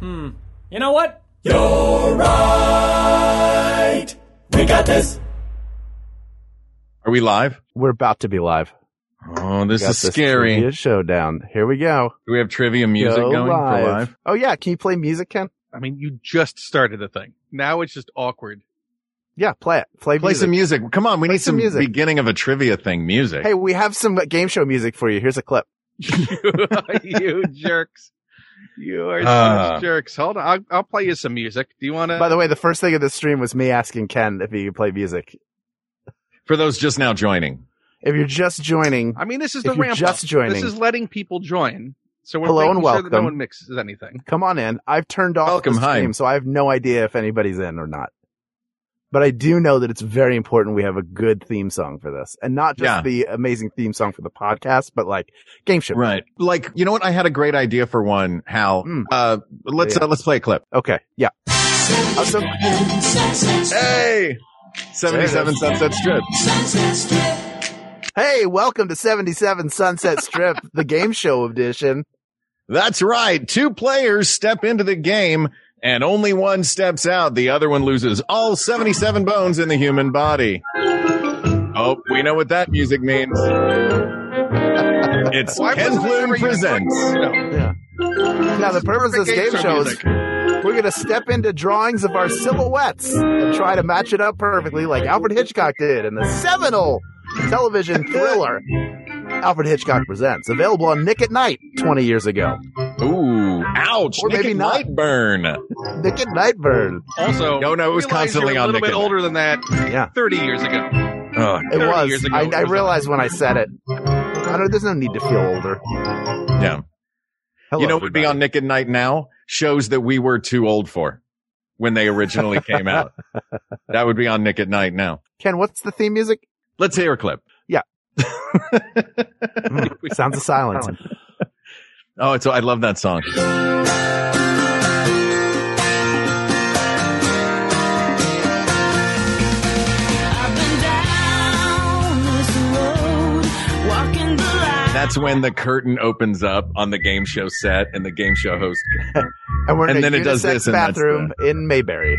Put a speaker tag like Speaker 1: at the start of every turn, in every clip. Speaker 1: Hmm. You know what? You're right. We got this.
Speaker 2: Are we live?
Speaker 3: We're about to be live.
Speaker 2: Oh, this
Speaker 3: Got
Speaker 2: is scary.
Speaker 3: trivia showdown. Here we go.
Speaker 2: Do we have trivia music
Speaker 3: Go
Speaker 2: going for live?
Speaker 3: Oh yeah, can you play music, Ken?
Speaker 4: I mean, you just started the thing. Now it's just awkward.
Speaker 3: Yeah, play it. Play,
Speaker 2: Play
Speaker 3: music.
Speaker 2: some music. Come on, we
Speaker 3: Play
Speaker 2: need
Speaker 3: some
Speaker 2: some,
Speaker 3: music.
Speaker 2: beginning of a trivia thing music.
Speaker 3: Hey, we have some game show music for you. Here's a clip.
Speaker 4: you jerks. You are
Speaker 2: Ah.
Speaker 4: such jerks. Hold on. I'll, I'll play you some music. Do you want
Speaker 3: By
Speaker 4: to?
Speaker 3: the way, the first thing of this stream was me asking Ken if he could play music.
Speaker 2: For those just now joining.
Speaker 3: If you're just joining,
Speaker 4: I mean, this is
Speaker 3: If
Speaker 4: the
Speaker 3: you're
Speaker 4: ramp
Speaker 3: just
Speaker 4: up.
Speaker 3: joining.
Speaker 4: This is letting people join. So we're
Speaker 3: Hello
Speaker 4: making
Speaker 3: and
Speaker 4: sure that no
Speaker 3: welcome.
Speaker 4: one mixes anything.
Speaker 3: come on in. I've turned off
Speaker 2: Welcome,
Speaker 3: the
Speaker 2: hi.
Speaker 3: stream, so I have no idea if anybody's in or not. But I do know that it's very important we have a good theme song for this, and not just
Speaker 2: Yeah.
Speaker 3: the amazing theme song for the podcast, but like game show.
Speaker 2: Right. Like, you know what? I had a great idea for one, Hal.
Speaker 3: Mm.
Speaker 2: Uh, let's,
Speaker 3: Yeah.
Speaker 2: uh, let's play a clip.
Speaker 3: Okay. Yeah. Uh, Also,
Speaker 2: Hey! 77 Sunset Strip.
Speaker 3: Hey, welcome to 77 Sunset Strip, the game show edition.
Speaker 2: That's right. Two players step into the game and only one steps out. The other one loses all 77 bones in the human body. Oh, we know what that music means. It's
Speaker 4: Why
Speaker 2: Ken
Speaker 4: wasn't it
Speaker 2: Bloom
Speaker 4: ever used?
Speaker 2: presents.
Speaker 4: No.
Speaker 3: Now, the purpose of this game show is
Speaker 4: music.
Speaker 3: we're going to step into drawings of our silhouettes and try to match it up perfectly like Alfred Hitchcock did in the seminal television thriller Alfred Hitchcock Presents, available on Nick at Night 20 years ago.
Speaker 2: Ooh, ouch.
Speaker 3: Or
Speaker 2: Nick
Speaker 3: maybe
Speaker 2: at
Speaker 3: not.
Speaker 2: Night burn.
Speaker 3: Nick at Nightburn.
Speaker 4: Also,
Speaker 2: No, no, it was
Speaker 4: realize
Speaker 2: constantly
Speaker 4: you're
Speaker 2: on
Speaker 4: a little
Speaker 2: Nick
Speaker 4: bit
Speaker 2: and Nick.
Speaker 4: older than that.
Speaker 3: Yeah.
Speaker 4: 30 years ago.
Speaker 2: Oh,
Speaker 3: It
Speaker 4: 30
Speaker 3: was.
Speaker 4: years ago
Speaker 3: I,
Speaker 4: it
Speaker 3: I
Speaker 4: was
Speaker 3: realized when I said it. I don't, there's no need to feel older.
Speaker 2: yeah.
Speaker 3: Hello,
Speaker 2: you know what would be
Speaker 3: everybody.
Speaker 2: on Nick at Night now? Shows that we were too old for when they originally came out. That would be on Nick at Night now.
Speaker 3: Ken, what's the theme music?
Speaker 2: Let's hear a clip.
Speaker 3: Mm, Sounds of silence.
Speaker 2: Oh, it's, I love that song. That's when the curtain opens up on the game show set and the game show host.
Speaker 3: And we're in
Speaker 2: And
Speaker 3: a
Speaker 2: then it does
Speaker 3: unisex
Speaker 2: this, and that's
Speaker 3: bathroom in Mayberry.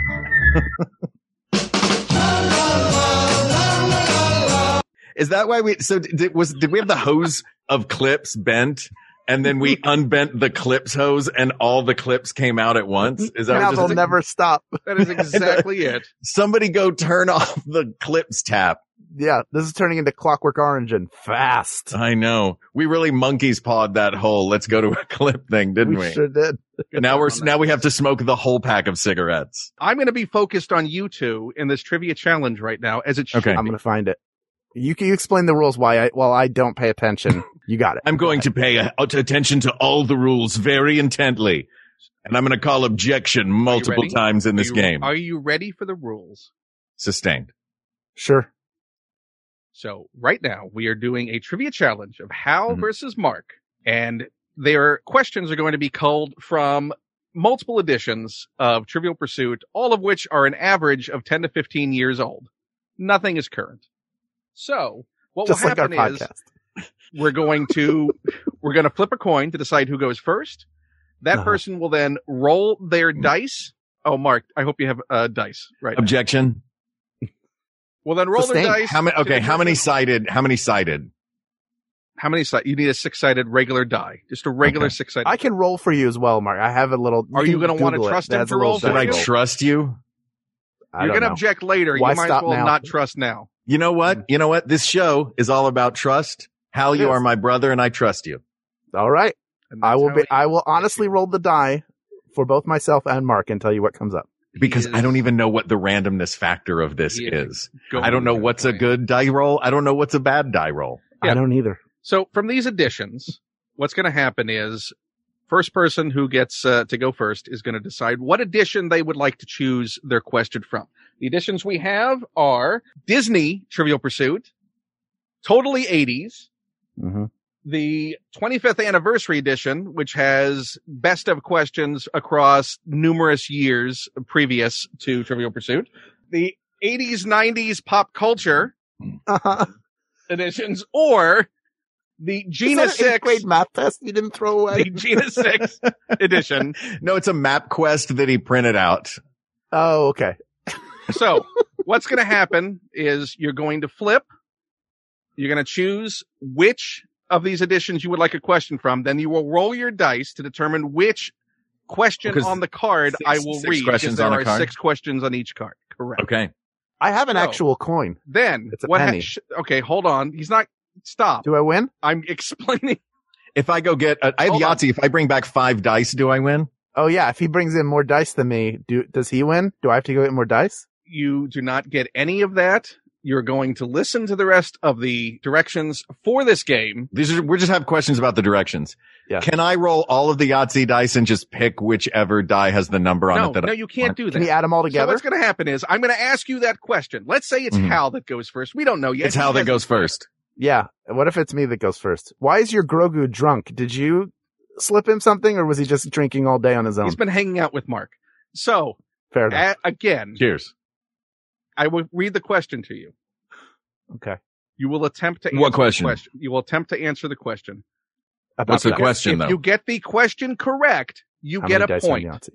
Speaker 2: Is that why we, so did, was, did we have the hose of clips bent and then we unbent the clips hose and all the clips came out at once? Is that
Speaker 3: Now
Speaker 2: what
Speaker 3: they'll
Speaker 2: just,
Speaker 3: never stop.
Speaker 4: That is exactly it.
Speaker 2: somebody go turn off the clips tap?
Speaker 3: Yeah, this is turning into Clockwork Orange and fast.
Speaker 2: I know we really monkey's pawed that whole let's go to a clip thing, didn't we?
Speaker 3: sure did.
Speaker 2: Now we're,
Speaker 4: on that.
Speaker 2: now we have to smoke the whole pack of cigarettes.
Speaker 4: I'm going to be focused on you two in this trivia challenge right now, as it should
Speaker 2: Okay.
Speaker 4: be.
Speaker 3: I'm gonna find it. You can you explain the rules why I while I don't pay attention. You got it.
Speaker 2: I'm going to pay uh, attention to all the rules very intently. And I'm going to call objection multiple
Speaker 4: ready?
Speaker 2: times in this
Speaker 4: Are you-
Speaker 2: game.
Speaker 4: Are you ready for the rules?
Speaker 2: Sustained.
Speaker 3: Sure.
Speaker 4: So right now we are doing a trivia challenge of Hal
Speaker 3: Mm-hmm.
Speaker 2: Mhm.
Speaker 4: versus Mark, and their questions are going to be culled from multiple editions of Trivial Pursuit, all of which are an average of 10 to 15 years old. Nothing is current. So what
Speaker 3: Just
Speaker 4: will
Speaker 3: like our
Speaker 4: happen is
Speaker 3: podcast.
Speaker 4: we're going to we're going to flip a coin to decide who goes first. That
Speaker 3: Uh-huh. Mm.
Speaker 4: person will then roll their
Speaker 2: Mhm.
Speaker 4: dice. Oh, Mark, I hope you have uh, dice right. now.
Speaker 2: Objection.
Speaker 4: Well, then roll
Speaker 3: Sustained.
Speaker 4: their dice.
Speaker 2: How many?
Speaker 4: to
Speaker 2: Okay. How many
Speaker 4: determine-
Speaker 2: sided? How many sided?
Speaker 4: How many side? You need a six-sided regular die, just a regular
Speaker 2: Okay.
Speaker 4: six-sided.
Speaker 3: I can roll for you as well, Mark. I have a little.
Speaker 4: Are you
Speaker 3: can
Speaker 4: gonna wanna
Speaker 3: Google it.
Speaker 4: trust
Speaker 3: That
Speaker 4: him
Speaker 3: has a
Speaker 4: to
Speaker 3: little
Speaker 4: roll for
Speaker 2: Did I
Speaker 4: you?
Speaker 3: dice roll.
Speaker 2: trust you?
Speaker 3: I
Speaker 4: You're
Speaker 3: don't
Speaker 4: gonna
Speaker 3: know.
Speaker 4: object later.
Speaker 3: Why
Speaker 4: you might as
Speaker 3: stop
Speaker 4: well
Speaker 3: now?
Speaker 4: not trust now.
Speaker 2: You know what? You know what? This show is all about trust. Hal, you
Speaker 3: Yes.
Speaker 2: are my brother and I trust you.
Speaker 3: All right.
Speaker 4: And
Speaker 3: I
Speaker 4: that's
Speaker 3: will
Speaker 4: how
Speaker 3: be.
Speaker 4: it-
Speaker 3: I will honestly roll the die for both myself and Mark and tell you what comes up.
Speaker 2: Because
Speaker 4: He
Speaker 2: I don't
Speaker 4: is-
Speaker 2: even know what the randomness factor of this
Speaker 4: He
Speaker 2: is.
Speaker 4: is-
Speaker 2: I don't know
Speaker 4: going
Speaker 2: what's
Speaker 4: to
Speaker 2: a
Speaker 4: plan.
Speaker 2: good die roll. I don't know what's a bad die roll.
Speaker 4: Yeah.
Speaker 3: I don't either.
Speaker 4: So from these additions, what's going to happen is, First person who gets uh, to go first is going to decide what edition they would like to choose their question from. The editions we have are Disney Trivial Pursuit, Totally 80s,
Speaker 3: Mhm.
Speaker 4: the 25th anniversary edition, which has best of questions across numerous years previous to Trivial Pursuit, the 80s, 90s pop culture
Speaker 3: Uh-huh.
Speaker 4: editions, or the Gina
Speaker 3: Is that an eighth
Speaker 4: 6,
Speaker 3: grade math test you didn't throw
Speaker 4: the
Speaker 3: away.
Speaker 4: Gina 6 edition.
Speaker 2: No, it's a map quest that he printed out.
Speaker 3: Oh, okay.
Speaker 4: So what's going to happen is you're going to flip. You're going to choose which of these editions you would like a question from. Then you will roll your dice to determine which question
Speaker 2: Because
Speaker 4: on the card
Speaker 2: six-
Speaker 4: I will
Speaker 2: six
Speaker 4: read. 'cause
Speaker 2: questions
Speaker 4: there
Speaker 2: on a
Speaker 4: are
Speaker 2: card?
Speaker 4: six questions on each card. Correct.
Speaker 2: Okay.
Speaker 3: I have an
Speaker 4: No.
Speaker 3: actual coin.
Speaker 4: Then
Speaker 3: It's a
Speaker 4: what? ha-
Speaker 3: penny.
Speaker 4: sh- okay, hold on. He's not. Stop.
Speaker 3: Do I win?
Speaker 4: I'm explaining.
Speaker 2: If I go get, I have
Speaker 4: Hold on.
Speaker 2: Yahtzee. If I bring back five dice, do I win?
Speaker 3: Oh yeah. If he brings in more dice than me, do does he win? Do I have to go get more dice?
Speaker 4: You do not get any of that. You're going to listen to the rest of the directions for this game.
Speaker 2: These are, we just have questions about the directions.
Speaker 3: Yeah.
Speaker 2: Can I roll all of the Yahtzee dice and just pick whichever die has the number on
Speaker 4: No,
Speaker 2: it that
Speaker 4: no,
Speaker 2: I,
Speaker 4: you can't do that.
Speaker 3: Can you add them all
Speaker 4: So
Speaker 3: together? Mm-hmm.
Speaker 4: what's going to happen is I'm going to ask you that question. Let's say it's
Speaker 2: Mhm.
Speaker 4: Hal that goes first. We don't know yet.
Speaker 2: it's how that goes first.
Speaker 3: yeah. What if it's me that goes first? Why is your Grogu drunk? Did you slip him something, or was he just drinking all day on his own?
Speaker 4: He's been hanging out with Mark. So
Speaker 3: Fair enough.
Speaker 4: a- again,
Speaker 2: Cheers.
Speaker 4: I will read the question to you.
Speaker 3: Okay.
Speaker 4: You will attempt to
Speaker 2: What
Speaker 4: answer the
Speaker 2: question?
Speaker 4: You will attempt to answer the question.
Speaker 3: About
Speaker 2: What's the
Speaker 3: that.
Speaker 2: question
Speaker 4: if
Speaker 2: though?
Speaker 4: you get the question correct, you
Speaker 3: How
Speaker 4: get
Speaker 3: many
Speaker 4: a
Speaker 3: dice on
Speaker 4: point.
Speaker 3: Yahtzee?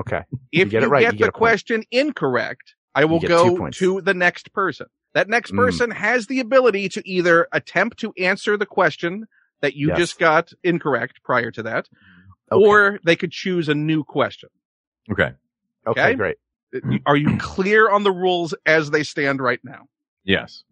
Speaker 3: Okay.
Speaker 4: If you
Speaker 3: get
Speaker 4: get,
Speaker 3: it right, you get
Speaker 4: the
Speaker 3: a point.
Speaker 4: question incorrect, I will
Speaker 3: get two
Speaker 4: go
Speaker 3: points.
Speaker 4: to the next person. That next
Speaker 2: Mm.
Speaker 4: person has the ability to either attempt to answer the question that you
Speaker 3: Yes.
Speaker 4: just got incorrect prior to that,
Speaker 3: Okay.
Speaker 4: or they could choose a new question.
Speaker 2: okay.
Speaker 3: okay.
Speaker 4: okay.
Speaker 3: Great.
Speaker 4: Are you clear on the rules as they stand right now?
Speaker 2: Yes.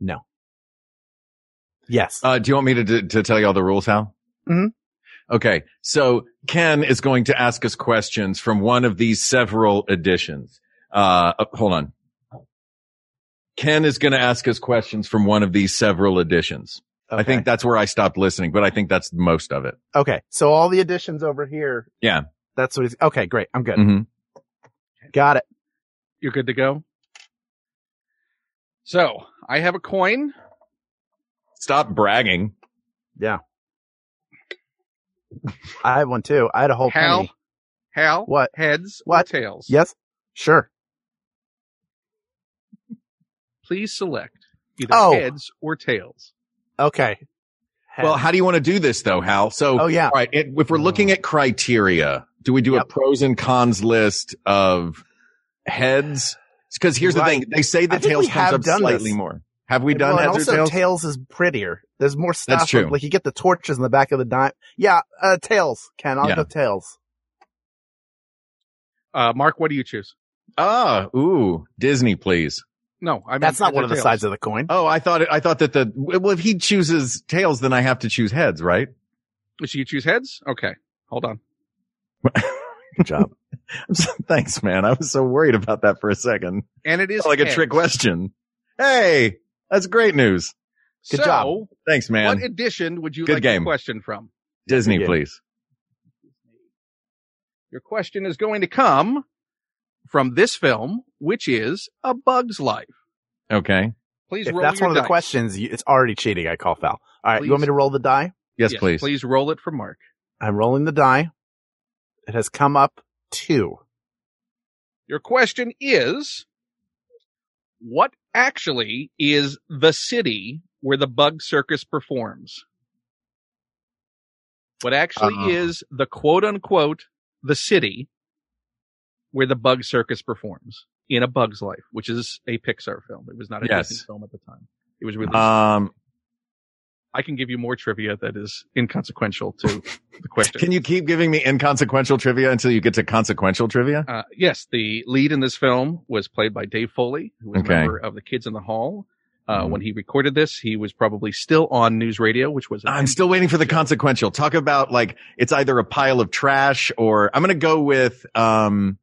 Speaker 3: Yes.
Speaker 2: Uh, do you want me to, to, to tell you all the rules, Hal?
Speaker 3: Mhm.
Speaker 4: Mm-hmm.
Speaker 2: Okay. So Ken is going to ask us questions from one of these several editions. Uh, uh, hold on. Ken is going to ask us questions from one of these several editions. I
Speaker 3: Okay.
Speaker 2: think that's where I stopped listening, but I think that's most of it.
Speaker 3: Okay. So all the additions over here.
Speaker 2: Yeah.
Speaker 3: That's what he's, okay, great. I'm good.
Speaker 2: Mm-hmm.
Speaker 3: Got it.
Speaker 4: You're good to go. So I have a coin.
Speaker 2: Stop bragging.
Speaker 3: I have one too. I had a whole
Speaker 4: Hal,
Speaker 3: Oh, penny.
Speaker 4: Hal,
Speaker 3: What?
Speaker 4: heads,
Speaker 3: What?
Speaker 4: or tails?
Speaker 3: Yes. Sure.
Speaker 4: Please select either
Speaker 3: Oh.
Speaker 4: heads or tails.
Speaker 3: Okay. Heads.
Speaker 2: Well, how do you want to do this though, Hal? So,
Speaker 3: oh yeah.
Speaker 2: all right, it, if we're looking at criteria, do we do a
Speaker 3: Yep.
Speaker 2: pros and cons list of heads? Because here's the
Speaker 3: Right.
Speaker 2: thing: they say the
Speaker 3: I think
Speaker 2: tails
Speaker 3: we
Speaker 2: comes
Speaker 3: have
Speaker 2: up
Speaker 3: done
Speaker 2: slightly
Speaker 3: this.
Speaker 2: more. Have we done
Speaker 3: well, and
Speaker 2: heads
Speaker 3: also
Speaker 2: or tails?
Speaker 3: is prettier. There's more stuff.
Speaker 2: That's true.
Speaker 3: Like you get the torches in the back of the dime. Yeah. Uh, tails. Ken, I'll
Speaker 2: Yeah.
Speaker 3: go tails.
Speaker 4: Uh, Mark, what do you choose?
Speaker 2: ah, ooh, Disney, please.
Speaker 4: No, I mean,
Speaker 3: That's not
Speaker 4: heads
Speaker 3: one
Speaker 4: or
Speaker 3: of the
Speaker 4: tails.
Speaker 3: sides of the coin.
Speaker 2: Oh, I thought it, I thought that the well, if he chooses tails, then I have to choose heads, right?
Speaker 4: Should you choose heads? Okay, hold on.
Speaker 3: Good job.
Speaker 2: I'm so- Thanks, man. I was so worried about that for a second.
Speaker 4: And it is
Speaker 2: Felt like a
Speaker 4: heads.
Speaker 2: trick question. Hey, that's great news.
Speaker 3: Good
Speaker 4: so,
Speaker 3: job.
Speaker 2: Thanks, man.
Speaker 4: what edition would you
Speaker 2: Good
Speaker 4: like
Speaker 2: game.
Speaker 4: the question from?
Speaker 2: Disney,
Speaker 3: Yeah.
Speaker 2: please.
Speaker 4: Your question is going to come from this film, which is A Bug's Life.
Speaker 2: Okay.
Speaker 4: Please
Speaker 3: If
Speaker 4: roll
Speaker 3: that's
Speaker 4: your
Speaker 3: one of the
Speaker 4: dice.
Speaker 3: questions, you, it's already cheating. I call foul. All right.
Speaker 4: Please.
Speaker 3: You want me to roll the die?
Speaker 2: Yes, please.
Speaker 4: Please roll it for Mark.
Speaker 3: I'm rolling the die. It has come up two.
Speaker 4: Your question is what actually is the city where the bug circus performs? What actually
Speaker 3: Uh.
Speaker 2: Uh-huh.
Speaker 4: is the quote unquote the city where the bug circus performs in A Bug's Life, which is a Pixar film. It was not a
Speaker 2: Yes.
Speaker 4: Disney film at the time. It
Speaker 3: Uh.
Speaker 4: was released.
Speaker 2: Um,
Speaker 4: I can give you more trivia that is inconsequential to the question.
Speaker 2: Can you keep giving me inconsequential trivia until you get to consequential trivia?
Speaker 4: Uh, yes, the lead in this film was played by Dave Foley, who was
Speaker 2: Okay.
Speaker 4: a member of the Kids in the Hall. Uh,
Speaker 2: Mhm.
Speaker 4: When he recorded this, he was probably still on news radio, which was an
Speaker 2: I'm still waiting for the consequential. Talk about like it's either a pile of trash or I'm gonna go with um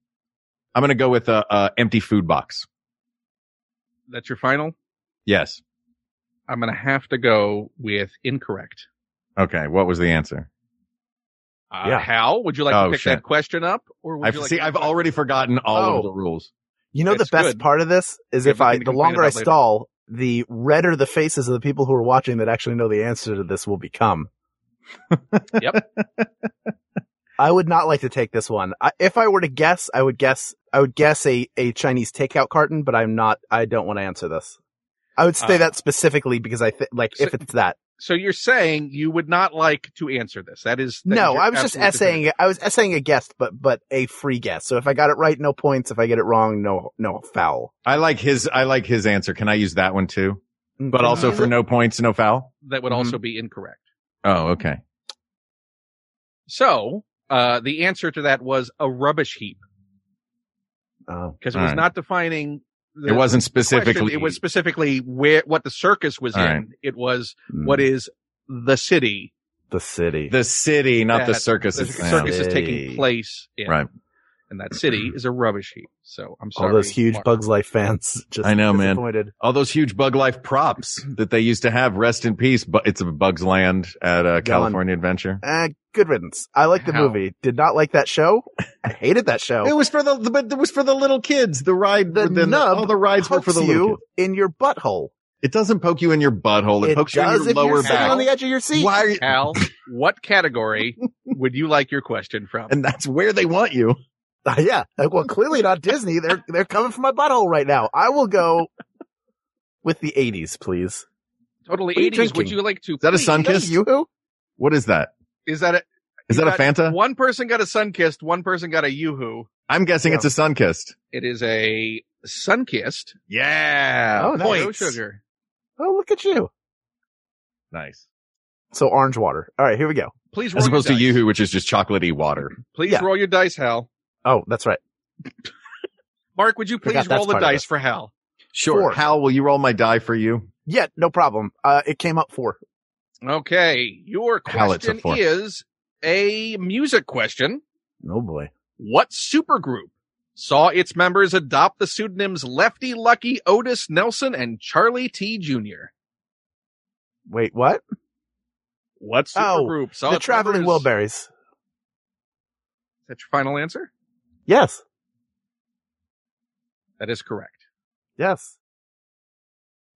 Speaker 2: I'm gonna go with a, a empty food box.
Speaker 4: That's your final.
Speaker 2: Yes.
Speaker 4: I'm going to have to go with incorrect.
Speaker 2: Okay. What was the answer?
Speaker 4: Uh,
Speaker 3: Yeah.
Speaker 4: Hal, would you like
Speaker 2: Oh,
Speaker 4: to pick
Speaker 2: shit.
Speaker 4: that question up? Or would
Speaker 2: I've,
Speaker 4: you like
Speaker 2: see,
Speaker 4: to-
Speaker 2: I've already forgotten all
Speaker 3: Oh.
Speaker 2: of the rules.
Speaker 3: You know, the
Speaker 4: That's
Speaker 3: best
Speaker 4: good.
Speaker 3: part of this is
Speaker 4: We have
Speaker 3: if I,
Speaker 4: nothing to
Speaker 3: the
Speaker 4: complain
Speaker 3: longer I
Speaker 4: about later.
Speaker 3: stall, the redder the faces of the people who are watching that actually know the answer to this will become.
Speaker 4: Yep.
Speaker 3: I would not like to take this one. I, if I were to guess, I would guess, I would guess a, a Chinese takeout carton, but I'm not, I don't want to answer this. I would say
Speaker 4: Uh,
Speaker 3: that specifically because I think, like,
Speaker 4: so-
Speaker 3: if it's that.
Speaker 4: So you're saying you would not like to answer this. That is. that
Speaker 3: No,
Speaker 4: is
Speaker 3: I was just
Speaker 4: absolute
Speaker 3: essaying. I was essaying a guess, but but a free guess. So if I got it right, no points. If I get it wrong, no no foul.
Speaker 2: I like his. I like his answer. Can I use that one too? But also for no points, no foul.
Speaker 4: definitive. That would also be incorrect.
Speaker 2: Oh, okay.
Speaker 4: So, uh, the answer to that was a rubbish heap
Speaker 3: Oh.
Speaker 4: because it was
Speaker 2: Alright.
Speaker 4: not defining. The
Speaker 2: it wasn't
Speaker 4: question.
Speaker 2: specifically.
Speaker 4: It was specifically where, what the circus was in.
Speaker 2: Alright.
Speaker 4: It was what is the city.
Speaker 3: the city?
Speaker 2: the city, not the
Speaker 4: that
Speaker 2: circus.
Speaker 4: The
Speaker 2: it's
Speaker 4: circus is
Speaker 3: City.
Speaker 4: taking place in.
Speaker 2: Right.
Speaker 4: And that city is a rubbish heap. So I'm sorry.
Speaker 3: All those huge
Speaker 4: Mark.
Speaker 3: Bugs Life fans. Just
Speaker 2: I know, man.
Speaker 3: disappointed.
Speaker 2: All those huge Bug Life props that they used to have. Rest in peace. But it's a Bugs Land at uh, California Adventure.
Speaker 3: Eh, good riddance. I like the
Speaker 4: How?
Speaker 3: movie. Did not like that show. I hated that
Speaker 2: It
Speaker 3: show.
Speaker 2: was for the, but it was for the little kids. The ride,
Speaker 3: The
Speaker 2: the, the
Speaker 3: nub
Speaker 2: all the rides were
Speaker 3: Pokes
Speaker 2: for the little
Speaker 3: you
Speaker 2: kids.
Speaker 3: in your butthole.
Speaker 2: It doesn't poke you in your butthole. It,
Speaker 3: It
Speaker 2: pokes you
Speaker 3: does
Speaker 2: in your
Speaker 3: if
Speaker 2: lower
Speaker 3: you're sitting
Speaker 2: back.
Speaker 3: on the edge of your seat.
Speaker 2: Why? Are you,
Speaker 4: Hal, what category would you like your question from?
Speaker 2: and that's where they want you.
Speaker 3: Ah, yeah. Like, well, clearly not Disney. They're they're coming for my butthole right now. I will go with the '80s, please.
Speaker 4: Totally
Speaker 3: What are you
Speaker 4: 80s. Would
Speaker 3: drinking?
Speaker 4: you like to?
Speaker 2: Is that a
Speaker 4: please-
Speaker 2: sun
Speaker 3: Is
Speaker 2: kiss?
Speaker 3: that Yoo-hoo?
Speaker 2: What is that?
Speaker 4: Is that a?
Speaker 2: Is
Speaker 4: you
Speaker 2: that a Fanta?
Speaker 4: One person got a sun kissed. One person got a yoo-hoo.
Speaker 2: I'm guessing
Speaker 3: Yeah.
Speaker 2: it's a sun kissed.
Speaker 4: It is a sun kissed.
Speaker 2: Yeah.
Speaker 3: Oh, nice.
Speaker 4: No
Speaker 2: points.
Speaker 4: sugar.
Speaker 3: Oh, look at you.
Speaker 2: Nice.
Speaker 3: So orange water. All right, here we go.
Speaker 4: Please roll
Speaker 2: As opposed to
Speaker 4: your dice.
Speaker 2: Yoo-Hoo, which is just chocolatey water.
Speaker 4: Please
Speaker 3: Yeah.
Speaker 4: roll your dice, Hal.
Speaker 3: Oh, that's right.
Speaker 4: Mark, would you
Speaker 3: Forgot
Speaker 4: please roll
Speaker 3: that's
Speaker 4: the
Speaker 3: part of
Speaker 4: dice
Speaker 3: it.
Speaker 4: for Hal?
Speaker 2: Sure.
Speaker 3: Four.
Speaker 2: Hal, will you roll my die for you?
Speaker 3: Yeah, no problem. Uh, it came up four.
Speaker 4: Okay. Your
Speaker 2: Hal, it's a
Speaker 4: question
Speaker 2: four.
Speaker 4: is a music question.
Speaker 3: Oh boy.
Speaker 4: What supergroup saw its members adopt the pseudonyms Lefty Lucky, Otis Nelson, and Charlie T. Jr.?
Speaker 3: Wait, what?
Speaker 4: What
Speaker 3: Oh,
Speaker 4: supergroup saw
Speaker 3: the
Speaker 4: its
Speaker 3: traveling
Speaker 4: members-
Speaker 3: Wilburys.
Speaker 4: Is that your final answer?
Speaker 3: Yes.
Speaker 4: That is correct.
Speaker 3: Yes.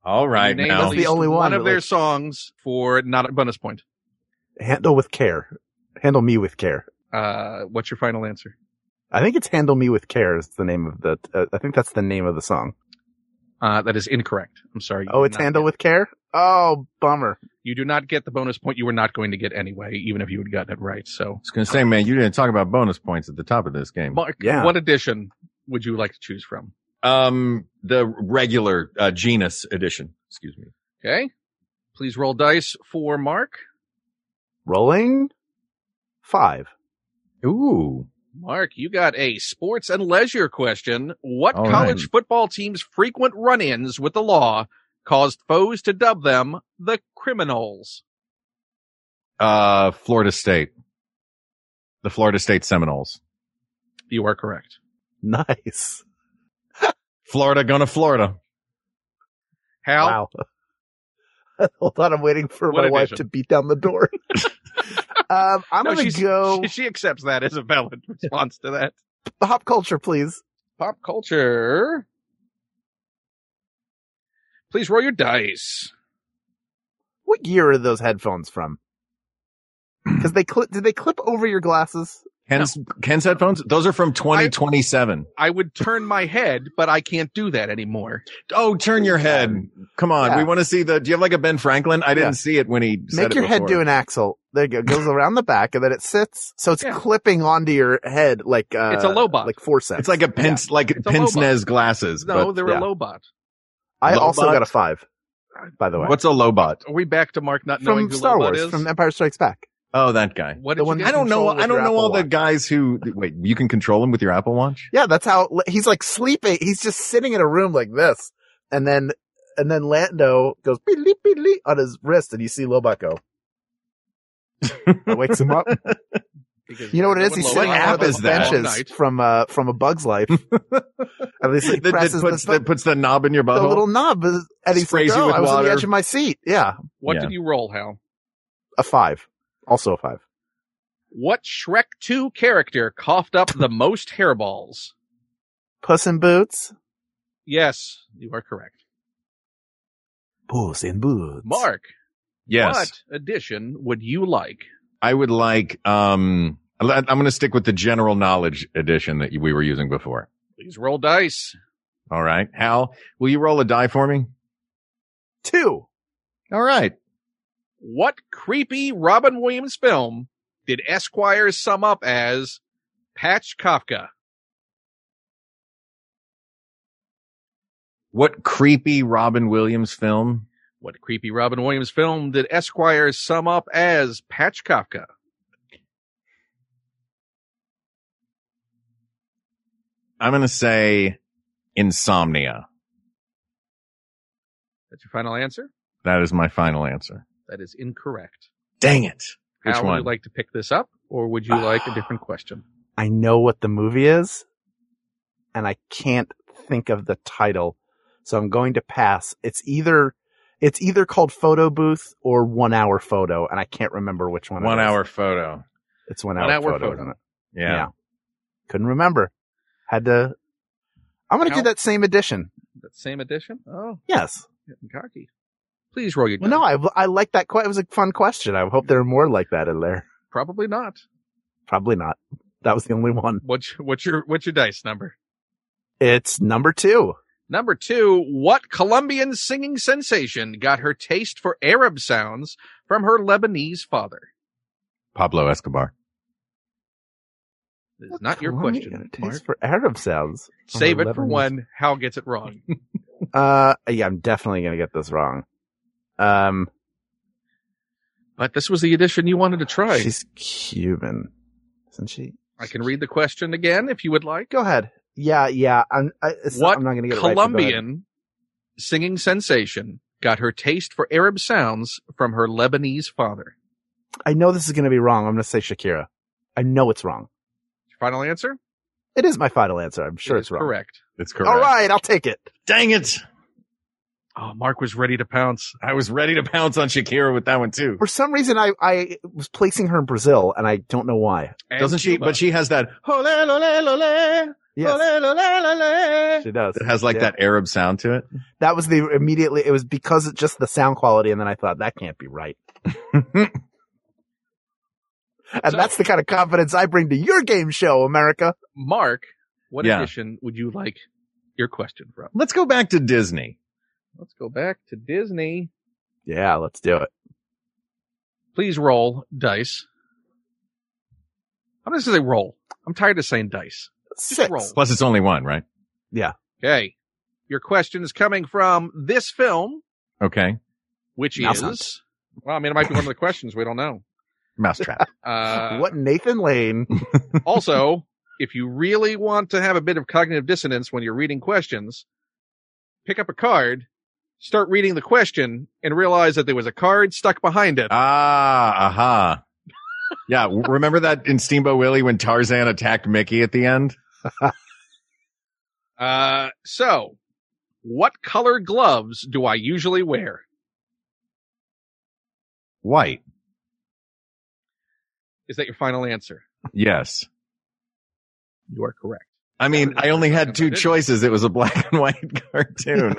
Speaker 2: All right.
Speaker 4: You named
Speaker 2: Now.
Speaker 4: at
Speaker 3: the
Speaker 4: least
Speaker 3: only one
Speaker 4: of
Speaker 3: that,
Speaker 4: their
Speaker 3: like-
Speaker 4: songs for not a bonus point.
Speaker 3: Handle with care. Handle me with care.
Speaker 4: Uh, what's your final answer?
Speaker 3: I think it's Handle Me with Care is the name of the. Uh, I think that's the name of the song.
Speaker 4: Uh, that is incorrect. I'm sorry. you
Speaker 3: Oh,
Speaker 4: did
Speaker 3: it's
Speaker 4: not
Speaker 3: Handle
Speaker 4: get-
Speaker 3: with Care. Oh, bummer.
Speaker 4: You do not get the bonus point. You were not going to get anyway, even if you had gotten it right. So,
Speaker 2: I was going to say, man, you didn't talk about bonus points at the top of this game.
Speaker 4: Mark,
Speaker 3: Yeah.
Speaker 4: what edition would you like to choose from?
Speaker 2: Um, the regular uh, genus edition. Excuse me.
Speaker 4: Okay. Please roll dice for Mark.
Speaker 3: Rolling five.
Speaker 2: Ooh.
Speaker 4: Mark, you got a sports and leisure question. What
Speaker 2: All
Speaker 4: college football team's frequent run-ins with the law caused foes to dub them the criminals?
Speaker 2: Uh, Florida State. The Florida State Seminoles.
Speaker 4: You are correct.
Speaker 3: Nice.
Speaker 2: Florida going to Florida.
Speaker 4: Hal,
Speaker 3: Wow. Hold on, I'm waiting for
Speaker 4: What
Speaker 3: my wife
Speaker 4: edition?
Speaker 3: to beat down the door. um, I'm
Speaker 4: No,
Speaker 3: gonna
Speaker 4: she's-
Speaker 3: go
Speaker 4: She, she accepts that as a valid response to that.
Speaker 3: pop culture, please.
Speaker 4: Pop culture. Please roll your dice.
Speaker 3: What year are those headphones from? Because they clip. Did they clip over your glasses?
Speaker 2: Ken's, Ken's headphones. Those are from 2027.
Speaker 4: I would turn my head, but I can't do that anymore.
Speaker 2: oh, turn your head. Come on.
Speaker 3: Yeah.
Speaker 2: We want to see the, do you have like a Ben Franklin? I didn't
Speaker 3: Yeah.
Speaker 2: see it when he said
Speaker 3: Make your
Speaker 2: it
Speaker 3: head
Speaker 2: before.
Speaker 3: do an axle. There you go. It goes around the back and then it sits. So it's
Speaker 4: Yeah.
Speaker 3: clipping onto your head like uh,
Speaker 4: It's a Lobot.
Speaker 3: like forceps.
Speaker 2: It's like a pince, like
Speaker 4: a
Speaker 2: pince nez glasses.
Speaker 4: No,
Speaker 2: but
Speaker 4: they're
Speaker 3: yeah.
Speaker 4: a lobot.
Speaker 3: I also
Speaker 2: Lobot?
Speaker 3: got a five. By the way,
Speaker 2: what's a Lobot?
Speaker 4: Are we back to Mark not knowing
Speaker 3: from
Speaker 4: who
Speaker 3: Star
Speaker 4: lobot
Speaker 3: Wars
Speaker 4: is?
Speaker 3: from Empire Strikes Back?
Speaker 2: Oh, that guy.
Speaker 4: what did
Speaker 3: the
Speaker 4: you
Speaker 3: one-
Speaker 4: get?
Speaker 2: I don't know.
Speaker 3: control with
Speaker 2: I don't
Speaker 3: your
Speaker 2: know
Speaker 3: Apple
Speaker 2: all the
Speaker 3: Watch.
Speaker 2: guys who. Wait, you can control them with your Apple Watch?
Speaker 3: Yeah, that's how he's like sleeping. He's just sitting in a room like this, and then and then Lando goes beep beep beep beep on his wrist, and you see Lobot go. That wakes him up.
Speaker 4: Because
Speaker 3: You know what it
Speaker 4: no
Speaker 3: is?
Speaker 4: one
Speaker 3: He's
Speaker 4: lobot-
Speaker 3: sitting on
Speaker 2: app
Speaker 3: one of those
Speaker 2: is that?
Speaker 3: benches from uh from A Bug's Life. and he's
Speaker 2: that,
Speaker 3: like
Speaker 2: that
Speaker 3: presses
Speaker 2: puts
Speaker 3: the,
Speaker 2: that puts the knob in your
Speaker 3: the
Speaker 2: butthole.
Speaker 3: little knob, and he's like,
Speaker 2: Uh-huh. Sprays you
Speaker 3: "Oh,
Speaker 2: with
Speaker 3: I was on the
Speaker 2: water."
Speaker 3: edge of my seat." Yeah,
Speaker 4: What
Speaker 2: Yeah.
Speaker 4: did you roll, Hal?
Speaker 3: a five, also a five.
Speaker 4: What Shrek 2 character coughed up the most hairballs?
Speaker 3: Puss in Boots.
Speaker 4: Yes, you are correct.
Speaker 3: Puss in Boots.
Speaker 4: Mark,
Speaker 2: Yes.
Speaker 4: what edition would you like?
Speaker 2: I would like, um, I'm going to stick with the general knowledge edition that we were using before.
Speaker 4: Please roll dice.
Speaker 2: All right. Hal, will you roll a die for me?
Speaker 3: Two.
Speaker 2: All right.
Speaker 4: What creepy Robin Williams film did Esquire sum up as Patch Kafka?
Speaker 2: What creepy Robin Williams film?
Speaker 4: What creepy Robin Williams film did Esquire sum up as Patch Kafka?
Speaker 2: I'm going to say Insomnia.
Speaker 4: That's your final answer?
Speaker 2: That is my final answer.
Speaker 4: That is incorrect.
Speaker 2: Dang it. Which
Speaker 4: How would
Speaker 2: one?
Speaker 4: you like to pick this up, or would you like a different question?
Speaker 3: I know what the movie is, and I can't think of the title, so I'm going to pass. It's either it's either called Photo Booth or One Hour Photo, and I can't remember which one. it
Speaker 2: one
Speaker 3: is.
Speaker 2: hour photo.
Speaker 3: It's one,
Speaker 4: One
Speaker 3: hour,
Speaker 4: Hour
Speaker 3: photo,
Speaker 4: Photo.
Speaker 3: isn't it?
Speaker 2: Yeah.
Speaker 3: Yeah. Couldn't remember. Had to. I'm going to
Speaker 4: How-
Speaker 3: do that same edition.
Speaker 4: That same edition? Oh,
Speaker 3: Yes.
Speaker 4: getting cocky. Please roll your
Speaker 3: Well,
Speaker 4: dice.
Speaker 3: no, I I like that. Que- it was a fun question. I hope there are more like that in there.
Speaker 4: Probably not.
Speaker 3: Probably not. That was the only one.
Speaker 4: What's what's your what's your dice number?
Speaker 3: It's number two.
Speaker 4: Number two, what Colombian singing sensation got her taste for Arab sounds from her Lebanese father?
Speaker 2: Pablo Escobar.
Speaker 4: This is not your
Speaker 3: Colombian
Speaker 4: question.
Speaker 3: taste
Speaker 4: Mark.
Speaker 3: for Arab sounds.
Speaker 4: Save
Speaker 3: From
Speaker 4: it for
Speaker 3: Lebanese-
Speaker 4: when Hal gets it wrong.
Speaker 3: Uh, yeah, I'm definitely gonna get this wrong. Um,
Speaker 4: But this was the edition you wanted to try.
Speaker 3: she's Cuban, isn't she?
Speaker 4: I can read the question again if you would like.
Speaker 3: Go ahead. Yeah, yeah. I'm. I, it's
Speaker 4: What
Speaker 3: I'm not gonna get It right, so go ahead.
Speaker 4: Colombian singing sensation got her taste for Arab sounds from her Lebanese father?
Speaker 3: I know this is gonna be wrong. I'm gonna say Shakira. I know it's wrong.
Speaker 4: Final answer?
Speaker 3: It is my final answer. I'm sure
Speaker 4: It
Speaker 3: it's
Speaker 4: is
Speaker 3: wrong.
Speaker 4: Correct.
Speaker 2: It's correct.
Speaker 3: All right, I'll take it.
Speaker 2: Dang it.
Speaker 4: Oh, Mark was ready to pounce.
Speaker 2: I was ready to pounce on Shakira with that one too.
Speaker 3: For some reason, I I was placing her in Brazil, and I don't know why.
Speaker 4: And
Speaker 2: Doesn't she?
Speaker 4: Cuba.
Speaker 2: But she has that. "Ole, ole, ole, ole,
Speaker 3: Yes,
Speaker 2: ole, ole, ole, ole."
Speaker 3: she does.
Speaker 2: It has like
Speaker 3: Yeah.
Speaker 2: that Arab sound to it.
Speaker 3: That was the immediately. It was because of just the sound quality, and then I thought that can't be right. And
Speaker 4: So-
Speaker 3: that's the kind of confidence I bring to your game show, America.
Speaker 4: Mark, what
Speaker 2: Yeah.
Speaker 4: edition would you like your question from?
Speaker 2: Let's go back to Disney.
Speaker 4: Let's go back to Disney.
Speaker 3: Yeah, let's do it.
Speaker 4: Please roll dice. I'm just gonna say roll. I'm tired of saying dice.
Speaker 3: Six.
Speaker 4: roll.
Speaker 2: Plus, it's only one, right?
Speaker 4: Okay. Your question is coming from this film,
Speaker 2: Okay.
Speaker 4: which
Speaker 3: Mouse
Speaker 4: is
Speaker 3: Hunt.
Speaker 4: well, I mean, it might be one of the questions we don't know.
Speaker 2: Mousetrap.
Speaker 4: Uh,
Speaker 3: what Nathan Lane?
Speaker 4: also, if you really want to have a bit of cognitive dissonance when you're reading questions, pick up a card, start reading the question, and realize that there was a card stuck behind it.
Speaker 2: ah, aha. Yeah. w- Remember that in Steamboat Willie when Tarzan attacked Mickey at the end?
Speaker 4: Uh, so what color gloves do I usually wear?
Speaker 2: White.
Speaker 4: Is that your final answer?
Speaker 2: Yes.
Speaker 4: You are correct.
Speaker 2: I mean, I only had two choices. It was a black and white cartoon.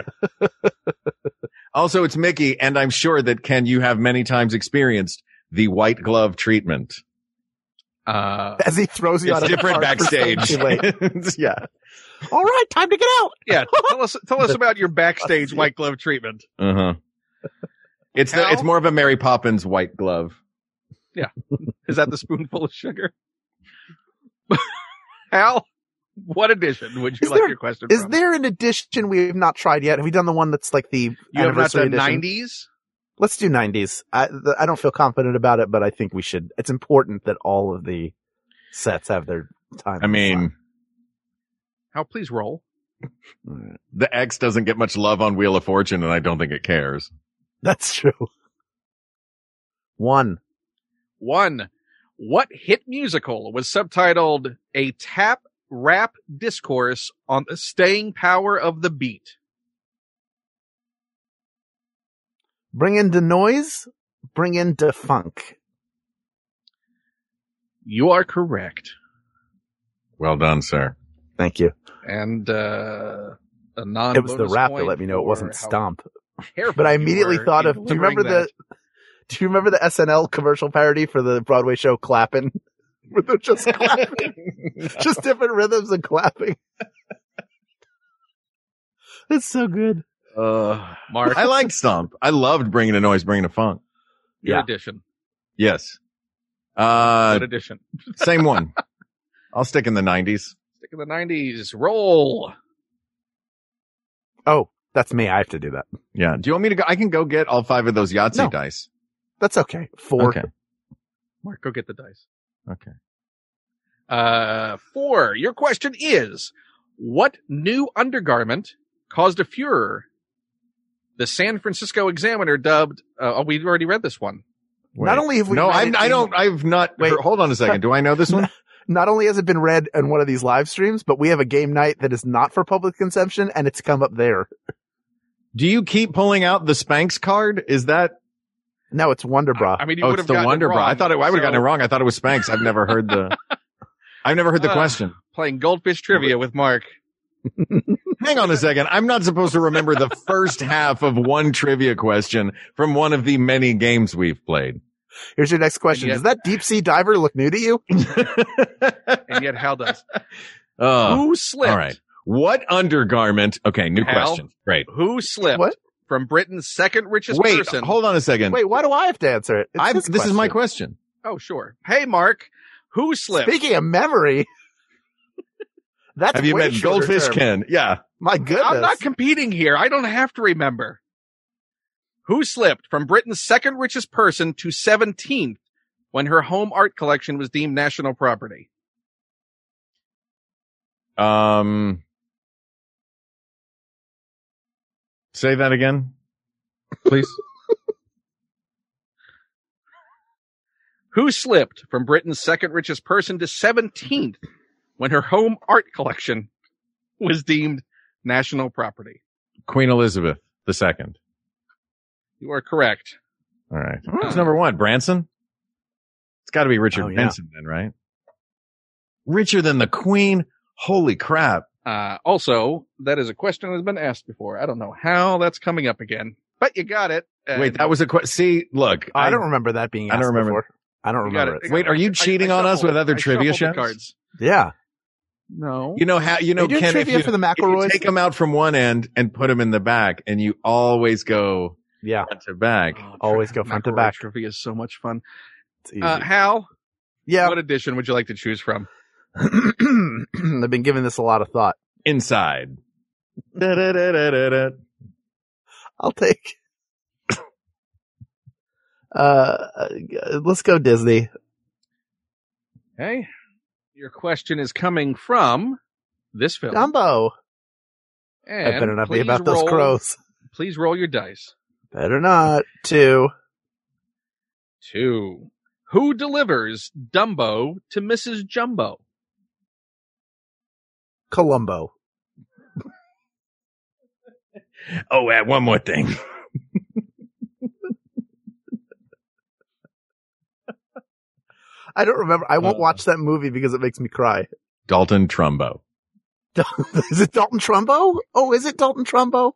Speaker 2: also, it's Mickey, and I'm sure that Ken, you have many times experienced the white glove treatment.
Speaker 4: Uh,
Speaker 3: As he throws you out
Speaker 2: It's
Speaker 3: of the
Speaker 2: different
Speaker 3: car for saying
Speaker 2: backstage.
Speaker 3: too late.
Speaker 2: yeah.
Speaker 3: All right, time to get out.
Speaker 4: yeah. Tell us, tell us about your backstage white glove treatment.
Speaker 2: Uh huh. It's the,
Speaker 4: Hal?
Speaker 2: it's more of a Mary Poppins white glove.
Speaker 4: Is that the spoonful of sugar? Hal, what edition would you
Speaker 3: Is
Speaker 4: like
Speaker 3: there-
Speaker 4: your question
Speaker 3: Is
Speaker 4: from?
Speaker 3: there an edition we have not tried yet? Have we done the one that's like the
Speaker 4: you have not
Speaker 3: anniversary
Speaker 4: done
Speaker 3: edition?
Speaker 4: 90s?
Speaker 3: Let's do nineties. I the, I don't feel confident about it, but I think we should. It's important that all of the sets have their time.
Speaker 2: I mean,
Speaker 4: Hal, please roll.
Speaker 2: the X doesn't get much love on Wheel of Fortune, and I don't think it cares.
Speaker 3: that's true. One.
Speaker 4: One. What hit musical was subtitled A Tap Rap Discourse on the Staying Power of the Beat?
Speaker 3: Bring in the noise. Bring in the funk.
Speaker 4: You are correct.
Speaker 2: Well done, sir.
Speaker 3: Thank you.
Speaker 4: And uh, a non.
Speaker 3: It was the rap that let me know it wasn't Stomp. But I immediately thought of. Do you remember the? Do you remember the SNL commercial parody for the Broadway show Clapping? Where they're just clapping, just different rhythms and clapping. It's so good.
Speaker 2: Uh,
Speaker 4: Mark?
Speaker 2: I liked Stomp. I loved bringing the noise, bringing the funk.
Speaker 4: your
Speaker 3: yeah.
Speaker 4: edition?
Speaker 2: Yes. Uh,
Speaker 4: What edition?
Speaker 2: same one. I'll stick in the nineties.
Speaker 4: Stick in the nineties. Roll.
Speaker 3: Oh, that's me. I have to do that.
Speaker 2: Yeah. Do you want me to go? I can go get all five of those Yahtzee
Speaker 3: No.
Speaker 2: dice.
Speaker 3: That's okay. Four.
Speaker 2: Okay.
Speaker 4: Mark, go get the dice.
Speaker 2: Okay.
Speaker 4: Uh, four. Your question is, what new undergarment caused a furor? The San Francisco Examiner dubbed. Uh, oh, we've already read this one.
Speaker 3: Not only have we
Speaker 2: no,
Speaker 3: read
Speaker 2: I'm,
Speaker 3: it
Speaker 2: I
Speaker 3: in-
Speaker 2: don't. I've not.
Speaker 3: Wait.
Speaker 2: Wait, hold on a second. Do I know this one?
Speaker 3: Not only has it been read in one of these live streams, but we have a game night that is not for public consumption, and it's come up there.
Speaker 2: Do you keep pulling out the Spanx card? Is that?
Speaker 3: No, it's Wonder Bra.
Speaker 4: I mean, you
Speaker 2: Oh,
Speaker 4: would
Speaker 2: it's
Speaker 4: have
Speaker 2: the
Speaker 4: gotten
Speaker 2: Wonder
Speaker 4: it
Speaker 2: Bra. I
Speaker 4: wrong,
Speaker 2: thought it, I would have gotten it
Speaker 4: so
Speaker 2: wrong. I thought it was Spanx. I've never heard the. I've never heard the
Speaker 4: Ah.
Speaker 2: question.
Speaker 4: Playing goldfish trivia with Mark.
Speaker 2: Hang on a second. I'm not supposed to remember the first half of one trivia question from one of the many games we've played.
Speaker 3: Here's your next question.
Speaker 4: Yeah.
Speaker 3: Does that deep sea diver look new to you?
Speaker 4: And yet, how does?
Speaker 2: Uh,
Speaker 4: Who slipped?
Speaker 2: all right. what undergarment? Okay, new
Speaker 4: Al?
Speaker 2: question. Great.
Speaker 4: Who slipped
Speaker 3: What?
Speaker 4: from Britain's second richest
Speaker 2: Wait,
Speaker 4: person?
Speaker 2: hold on a second.
Speaker 3: Wait, why do I have to answer it? It's
Speaker 2: I've,
Speaker 3: his
Speaker 2: this is my question.
Speaker 4: oh, sure. Hey, Mark. Who slipped?
Speaker 3: Speaking of memory, that's
Speaker 2: Have you
Speaker 3: way
Speaker 2: met
Speaker 3: shorter
Speaker 2: Goldfish
Speaker 3: term.
Speaker 2: Ken? Yeah.
Speaker 3: My goodness,
Speaker 4: I'm not competing here. I don't have to remember. Who slipped from Britain's second richest person to 17th when her home art collection was deemed national property?
Speaker 2: Um, say that again, please.
Speaker 4: Who slipped from Britain's second richest person to 17th when her home art collection was deemed national property?
Speaker 2: Queen Elizabeth the second.
Speaker 4: You are correct. Uh,
Speaker 2: All right. Who's number one? Branson? It's got to be Richard
Speaker 3: Hmm. Oh, yeah.
Speaker 2: Branson then, right? Richer than the Queen? Holy crap.
Speaker 4: Uh, also, that is a question that has been asked before. I don't know how that's coming up again, but you got it. And
Speaker 2: Wait, that was a question. See, look,
Speaker 3: I don't remember that being.
Speaker 2: I
Speaker 3: Asked
Speaker 2: don't remember.
Speaker 3: Before. I don't
Speaker 4: you got
Speaker 3: remember it.
Speaker 4: it.
Speaker 2: Wait, are you
Speaker 4: I- I
Speaker 2: cheating on us
Speaker 4: shuffled-
Speaker 2: with other
Speaker 4: I
Speaker 2: trivia
Speaker 4: shuffled the
Speaker 2: shows?
Speaker 4: cards.
Speaker 3: Yeah,
Speaker 4: No.
Speaker 2: You know how you know
Speaker 3: they do
Speaker 2: Ken. If you,
Speaker 3: trivia for the
Speaker 2: if you
Speaker 3: McElroys.
Speaker 2: take them out from one end and put them in the back, and you always go
Speaker 3: yeah,
Speaker 2: front to back.
Speaker 4: Oh,
Speaker 3: Always
Speaker 4: tri-
Speaker 3: go front to
Speaker 4: McElroy
Speaker 3: back.
Speaker 4: Trivia is so much fun.
Speaker 3: it's easy.
Speaker 4: Uh, Hal,
Speaker 3: yeah.
Speaker 4: what edition would you like to choose from?
Speaker 3: I've been giving this a lot of thought.
Speaker 2: Inside. Da-da-da-da-da-da.
Speaker 3: I'll take. Uh, uh, let's go Disney.
Speaker 4: Okay. Your question is coming from this film.
Speaker 3: Dumbo.
Speaker 4: and
Speaker 3: That better not be
Speaker 4: please
Speaker 3: about those
Speaker 4: roll-
Speaker 3: crows.
Speaker 4: Please roll your dice.
Speaker 3: Better not. Two.
Speaker 4: Two. Who delivers Dumbo to Mrs. Jumbo?
Speaker 3: Columbo.
Speaker 2: Oh, uh, one more thing.
Speaker 3: I don't remember. I won't
Speaker 4: Uh.
Speaker 3: watch that movie because it makes me cry.
Speaker 2: Dalton Trumbo.
Speaker 3: is it Dalton Trumbo? Oh, is it Dalton Trumbo?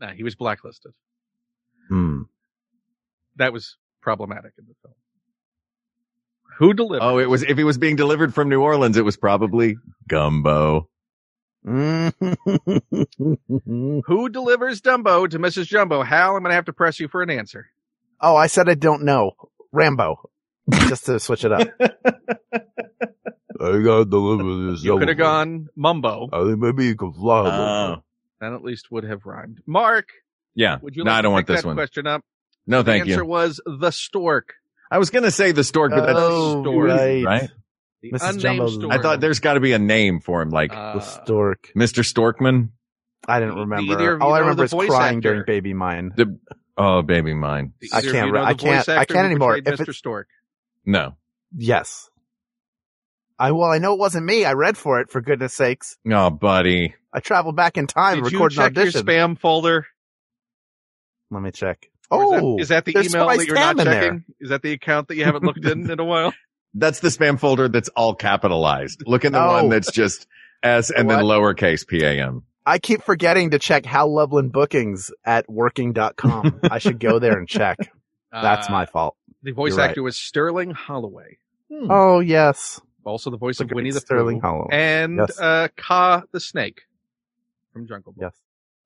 Speaker 4: Nah, he was blacklisted.
Speaker 2: Hmm.
Speaker 4: That was problematic in the film. Who delivers?
Speaker 2: Oh, it was if he was being delivered from New Orleans, it was probably gumbo.
Speaker 3: Mm.
Speaker 4: Who delivers Dumbo to Mrs. Jumbo? Hal, I'm going to have to press you for an answer.
Speaker 3: oh, I said I don't know. Rambo. Just to switch it up.
Speaker 5: I gotta deliver this.
Speaker 4: You could have gone Mumbo.
Speaker 5: I think maybe you can fly.
Speaker 2: Oh.
Speaker 4: That at least would have rhymed. Mark,
Speaker 2: Yeah.
Speaker 4: would you
Speaker 2: no,
Speaker 4: like
Speaker 2: I don't
Speaker 4: to
Speaker 2: want
Speaker 4: pick
Speaker 2: this
Speaker 4: that
Speaker 2: one.
Speaker 4: question up?
Speaker 2: No, thank
Speaker 4: the answer
Speaker 2: you.
Speaker 4: was the stork.
Speaker 2: I was gonna say the stork, but that's
Speaker 3: Oh,
Speaker 4: story,
Speaker 3: right.
Speaker 2: right.
Speaker 4: The
Speaker 3: Mrs.
Speaker 4: unnamed
Speaker 3: Jumbo's-
Speaker 4: stork.
Speaker 2: I thought there's got to be a name for him, like
Speaker 4: Uh,
Speaker 3: The stork.
Speaker 2: Mr. Storkman.
Speaker 3: I didn't
Speaker 4: do either of
Speaker 3: remember.
Speaker 4: you
Speaker 3: All I
Speaker 4: know
Speaker 3: remember
Speaker 4: the
Speaker 3: is
Speaker 4: voice
Speaker 3: crying
Speaker 4: actor?
Speaker 3: during Baby Mine.
Speaker 2: The oh, baby mine.
Speaker 4: do
Speaker 3: I
Speaker 4: either of
Speaker 3: can't
Speaker 4: you
Speaker 3: re-
Speaker 4: know
Speaker 3: I
Speaker 4: the voice
Speaker 3: can't- I
Speaker 4: actor
Speaker 3: can't
Speaker 4: who
Speaker 3: anymore.
Speaker 4: portrayed
Speaker 3: If
Speaker 4: Mr.
Speaker 3: it's-
Speaker 4: Stork.
Speaker 2: No,
Speaker 3: Yes. I well, I know it wasn't me. I read for it for goodness sakes.
Speaker 2: oh, buddy.
Speaker 3: I traveled back in time,
Speaker 4: Did
Speaker 3: to
Speaker 4: you
Speaker 3: record an
Speaker 4: check your
Speaker 3: audition.
Speaker 4: spam folder?
Speaker 3: Let me check.
Speaker 4: Or is that-
Speaker 3: Oh,
Speaker 4: is that the
Speaker 3: there's
Speaker 4: email that
Speaker 3: spiced
Speaker 4: you're not
Speaker 3: ham in there.
Speaker 4: checking? Is that the account that you haven't looked in in a while?
Speaker 2: That's the spam folder that's all capitalized. Look at the
Speaker 3: No.
Speaker 2: one that's just S and then lowercase PAM.
Speaker 3: I keep forgetting to check Hal Loveland bookings at working.com. I should go there and check. That's
Speaker 4: Uh,
Speaker 3: my fault.
Speaker 4: The voice
Speaker 3: you're right.
Speaker 4: actor was Sterling Holloway,
Speaker 2: hmm.
Speaker 3: Oh, yes.
Speaker 4: also the voice
Speaker 3: Look
Speaker 4: of
Speaker 3: at
Speaker 4: Winnie the
Speaker 3: Sterling
Speaker 4: Pooh
Speaker 3: Hollow.
Speaker 4: and
Speaker 3: Yes.
Speaker 4: uh, Ka the Snake from Jungle Book.
Speaker 3: yes.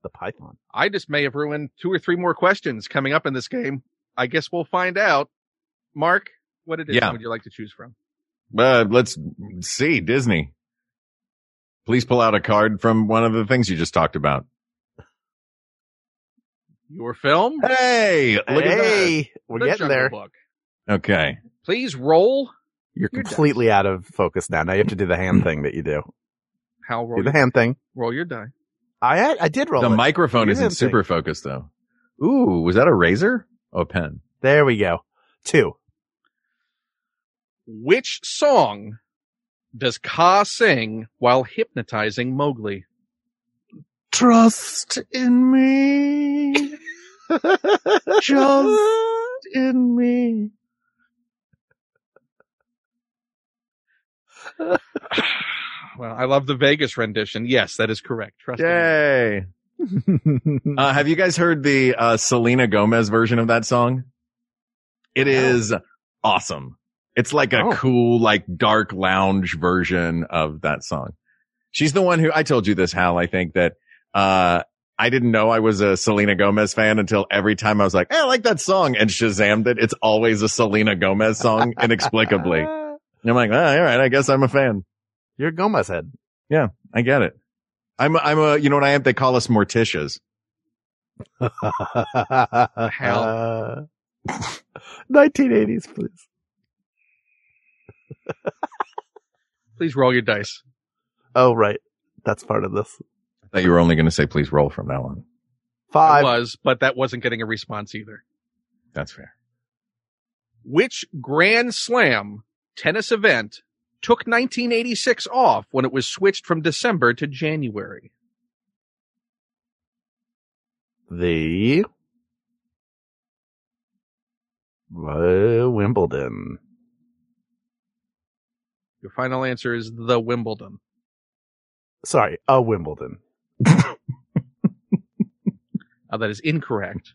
Speaker 3: The Python.
Speaker 4: I just may have ruined two or three more questions coming up in this game. I guess we'll find out. Mark, what edition
Speaker 2: Yeah.
Speaker 4: would you like to choose from?
Speaker 2: Uh, let's see Disney. Please pull out a card from one of the things you just talked about.
Speaker 4: Your film?
Speaker 2: Hey, look
Speaker 3: hey, we're
Speaker 4: The
Speaker 3: getting
Speaker 4: Jungle
Speaker 3: there.
Speaker 4: Book.
Speaker 2: at that. Okay.
Speaker 4: Please roll.
Speaker 3: You're
Speaker 4: You're done.
Speaker 3: completely out of focus now. Now you have to do the hand thing that you do.
Speaker 4: Hal, roll,
Speaker 3: Do the
Speaker 4: your,
Speaker 3: hand thing.
Speaker 4: roll your die.
Speaker 3: I I did roll.
Speaker 2: The
Speaker 3: it.
Speaker 2: microphone
Speaker 3: You
Speaker 2: isn't
Speaker 3: didn't think-
Speaker 2: super focused though. Ooh, was that a razor? Oh, a pen.
Speaker 3: There we go. Two.
Speaker 4: Which song does Ka sing while hypnotizing Mowgli?
Speaker 2: Trust in me. Trust in me.
Speaker 4: Well, I love the Vegas rendition. Yes, that is correct. Trust me.
Speaker 2: Yay. Uh, have you guys heard the uh, Selena Gomez version of that song? It is awesome. It's like a
Speaker 4: Oh.
Speaker 2: cool, like dark lounge version of that song. She's the one who I told you this, Hal. I think that uh, I didn't know I was a Selena Gomez fan until every time I was like, hey, I like that song, and Shazam that it's always a Selena Gomez song inexplicably. and
Speaker 3: Ah,
Speaker 2: I'm like, "Ah, all right, I guess I'm a fan.
Speaker 3: You're Gomez head.
Speaker 2: I get it. I'm, a, I'm a, you know what I am? They call us Morticias.
Speaker 3: Hell. 1980s, please.
Speaker 4: Please roll your dice.
Speaker 3: Oh, right. That's part of this.
Speaker 2: I thought you were only going to say, please roll from now on.
Speaker 4: I
Speaker 3: Five.
Speaker 4: was, but that wasn't getting a response either.
Speaker 2: That's fair.
Speaker 4: Which Grand Slam tennis event took 1986 off when it was switched from December to January?
Speaker 3: The Uh, Wimbledon.
Speaker 4: Your final answer is the Wimbledon.
Speaker 3: Sorry, a Wimbledon.
Speaker 4: Uh, that is incorrect.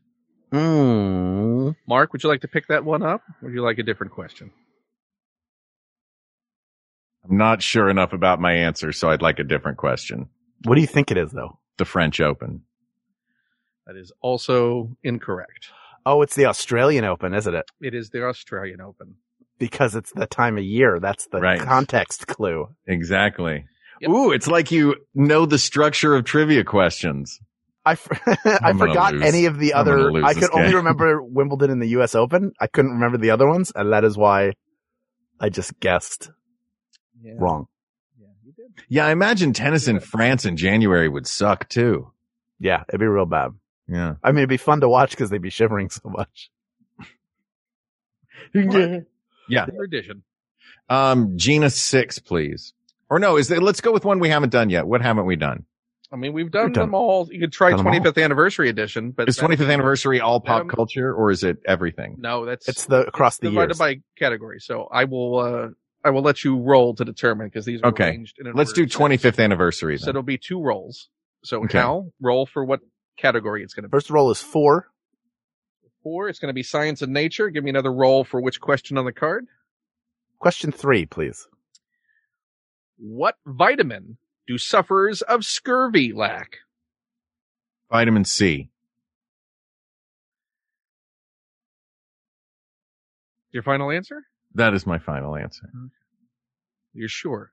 Speaker 3: Mm.
Speaker 4: Mark, would you like to pick that one up? Or would you like a different question?
Speaker 2: I'm not sure enough about my answer, so I'd like a different question.
Speaker 3: What do you think it is, though?
Speaker 2: The French Open.
Speaker 4: That is also incorrect.
Speaker 3: Oh, it's the Australian Open, isn't it?
Speaker 4: It is the Australian Open.
Speaker 3: Because it's the time of year. That's the
Speaker 2: Right.
Speaker 3: context clue.
Speaker 2: Exactly.
Speaker 4: Yep.
Speaker 2: Ooh, it's like you know the structure of trivia questions.
Speaker 3: I, f- I
Speaker 2: I'm gonna
Speaker 3: forgot
Speaker 2: lose.
Speaker 3: any of the
Speaker 2: I'm gonna
Speaker 3: other.
Speaker 2: lose
Speaker 3: I
Speaker 2: this
Speaker 3: could only
Speaker 2: game.
Speaker 3: remember Wimbledon and the U.S. Open. I couldn't remember the other ones, and that is why I just guessed
Speaker 4: Yeah.
Speaker 3: wrong.
Speaker 4: Yeah, you did.
Speaker 2: Yeah, I imagine tennis in France in January would suck too.
Speaker 3: Yeah, it'd be real bad.
Speaker 2: Yeah.
Speaker 3: I mean, it'd be fun to watch because they'd be shivering so much.
Speaker 4: Your addition.
Speaker 2: Um, Gina six, please. Or no, is there, let's go with one we haven't done yet. What haven't we done?
Speaker 4: I mean, we've done,
Speaker 3: We've done-
Speaker 4: them all. You could try
Speaker 3: done them all.
Speaker 4: 25th anniversary edition, but
Speaker 2: Is
Speaker 4: that-
Speaker 2: 25th anniversary all pop
Speaker 4: Um,
Speaker 2: culture or is it everything?
Speaker 4: No, that's
Speaker 3: It's the across the
Speaker 4: divided
Speaker 3: years.
Speaker 4: by category. So I will, uh, I will let you roll to determine because these are
Speaker 2: Okay.
Speaker 4: arranged in an
Speaker 2: Let's do
Speaker 4: order of
Speaker 2: 25th anniversary.
Speaker 4: steps. So
Speaker 2: Then.
Speaker 4: it'll be two rolls. So
Speaker 2: Okay.
Speaker 4: Hal, roll for what category it's going to be.
Speaker 3: First roll is four.
Speaker 4: Four. It's going to be science and nature. Give me another roll for which question on the card.
Speaker 3: Question three, please.
Speaker 4: What vitamin do sufferers of scurvy lack?
Speaker 2: Vitamin C.
Speaker 4: Your final answer?
Speaker 2: That is my final answer.
Speaker 4: You're sure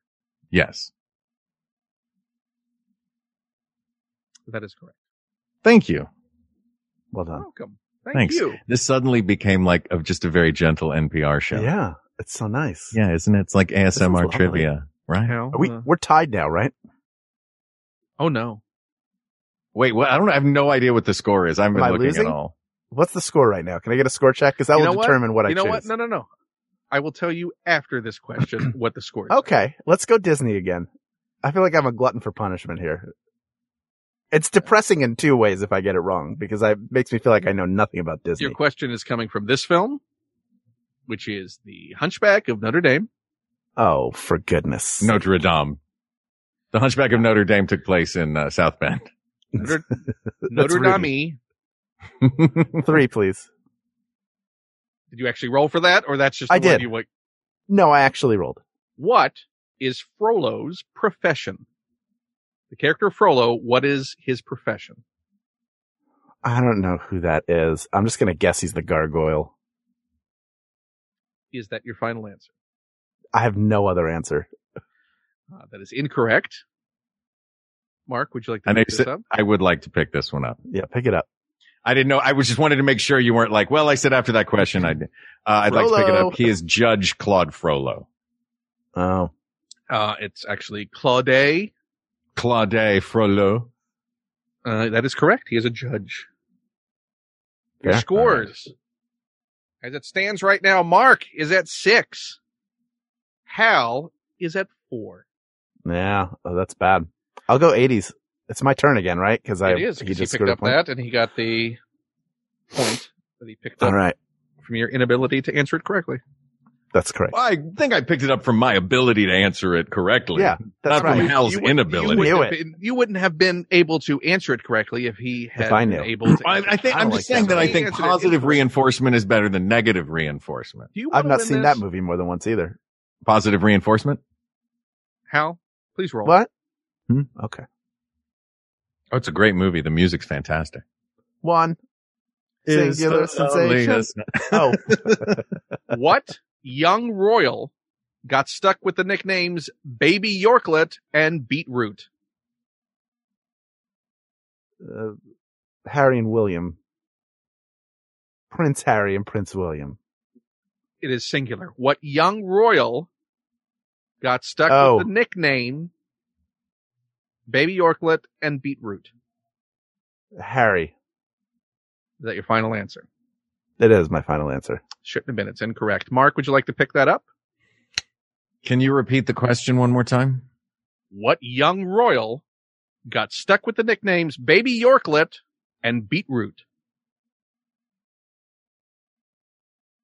Speaker 2: Yes.
Speaker 4: that is correct.
Speaker 2: Thank you.
Speaker 3: Well
Speaker 2: Oh,
Speaker 3: done.
Speaker 4: Welcome. Thank
Speaker 2: Thanks.
Speaker 4: you.
Speaker 2: This suddenly became like of just a very gentle NPR show.
Speaker 3: Yeah, it's so nice.
Speaker 2: Yeah, isn't it? It's like ASMR
Speaker 3: lovely.
Speaker 2: trivia, right?
Speaker 4: Hal,
Speaker 3: Are we
Speaker 4: uh,
Speaker 3: we're tied now, right?
Speaker 4: oh no.
Speaker 2: Wait, what? I don't. I have no idea what the score is. I haven't
Speaker 3: Am
Speaker 2: been
Speaker 3: I
Speaker 2: looking
Speaker 3: losing?
Speaker 2: at all.
Speaker 3: What's the score right now? Can I get a score check? Because that
Speaker 4: You
Speaker 3: will
Speaker 4: know what?
Speaker 3: determine what I
Speaker 4: you know
Speaker 3: choose.
Speaker 4: what? No, no, no. I will tell you after this question what the score is.
Speaker 3: Okay, let's go Disney again. I feel like I'm a glutton for punishment here. It's depressing in two ways if I get it wrong because I- it makes me feel like I know nothing about Disney.
Speaker 4: Your question is coming from this film, which is The Hunchback of Notre Dame.
Speaker 3: oh, for goodness.
Speaker 2: Notre Dame. The Hunchback of Notre Dame took place in uh, South Bend.
Speaker 4: Notre,
Speaker 3: That's
Speaker 4: Notre
Speaker 3: rude.
Speaker 4: Dame.
Speaker 3: Three, please.
Speaker 4: Did you actually roll for that, or that's just the
Speaker 3: I
Speaker 4: one
Speaker 3: did.
Speaker 4: you like?
Speaker 3: No, I actually rolled.
Speaker 4: What is Frollo's profession? The character Frollo. What is his profession?
Speaker 3: I don't know who that is. I'm just going to guess he's the gargoyle.
Speaker 4: Is that your final answer?
Speaker 3: I have no other answer.
Speaker 4: Uh, that is incorrect. Mark, would you like to
Speaker 2: And
Speaker 4: pick
Speaker 2: they
Speaker 4: this
Speaker 2: said-
Speaker 4: up?
Speaker 2: I would like to pick this one up.
Speaker 3: Yeah, pick it up.
Speaker 2: I didn't know. I was just wanted to make sure you weren't like, well, I said after that question, I'd, uh, I'd like to pick it
Speaker 3: Frollo.
Speaker 2: up. He is Judge Claude Frollo.
Speaker 3: Oh,
Speaker 4: Uh, it's actually Claude.
Speaker 2: Claude Frollo.
Speaker 4: Uh, that is correct. He is a judge. Your
Speaker 3: Yeah.
Speaker 4: scores. As it stands right now, Mark is at six. Hal is at four.
Speaker 3: yeah. Oh, that's bad. I'll go 80s. It's my turn again, right? Because I
Speaker 4: it is. 'cause He
Speaker 3: scored
Speaker 4: picked
Speaker 3: a
Speaker 4: up
Speaker 3: point.
Speaker 4: that and he got the point that he picked
Speaker 3: All
Speaker 4: up
Speaker 3: right.
Speaker 4: from your inability to answer it correctly.
Speaker 3: That's correct.
Speaker 2: Well, I think I picked it up from my ability to answer it correctly.
Speaker 3: Yeah,
Speaker 2: Not
Speaker 3: that's
Speaker 2: from
Speaker 3: right.
Speaker 2: Hal's
Speaker 4: wouldn't-
Speaker 2: inability.
Speaker 4: wouldn't
Speaker 3: Knew
Speaker 4: have been- you wouldn't have been able to answer it correctly if he had
Speaker 3: I
Speaker 4: been
Speaker 3: knew.
Speaker 4: able to.
Speaker 2: I,
Speaker 4: answer
Speaker 2: I
Speaker 4: it.
Speaker 2: think
Speaker 3: I
Speaker 2: I'm
Speaker 3: don't
Speaker 2: just
Speaker 3: like
Speaker 2: saying
Speaker 3: that.
Speaker 2: that I
Speaker 4: He
Speaker 2: think
Speaker 4: answered it
Speaker 2: positive
Speaker 4: incorrect.
Speaker 2: reinforcement is better than negative reinforcement.
Speaker 4: Do you
Speaker 3: I've
Speaker 4: wanna
Speaker 3: not
Speaker 4: win
Speaker 3: seen
Speaker 4: this?
Speaker 3: that movie more than once either.
Speaker 2: Positive reinforcement?
Speaker 4: Hal, please roll.
Speaker 3: What? Hmm? Okay.
Speaker 2: Oh, it's a great movie. The music's fantastic.
Speaker 3: One. Singular sensation. Oh,
Speaker 4: What young royal got stuck with the nicknames Baby Yorklet and Beetroot?
Speaker 3: uh, Harry and William. Prince Harry and Prince William.
Speaker 4: It is singular. What young royal got stuck
Speaker 3: Oh.
Speaker 4: with the nickname Baby Yorklet and Beetroot?
Speaker 3: Harry.
Speaker 4: Is that your final answer?
Speaker 3: That is my final answer.
Speaker 4: Shouldn't have been. It's incorrect. Mark, would you like to pick that up?
Speaker 2: Can you repeat the question one more time?
Speaker 4: What young royal got stuck with the nicknames Baby Yorklet and Beetroot?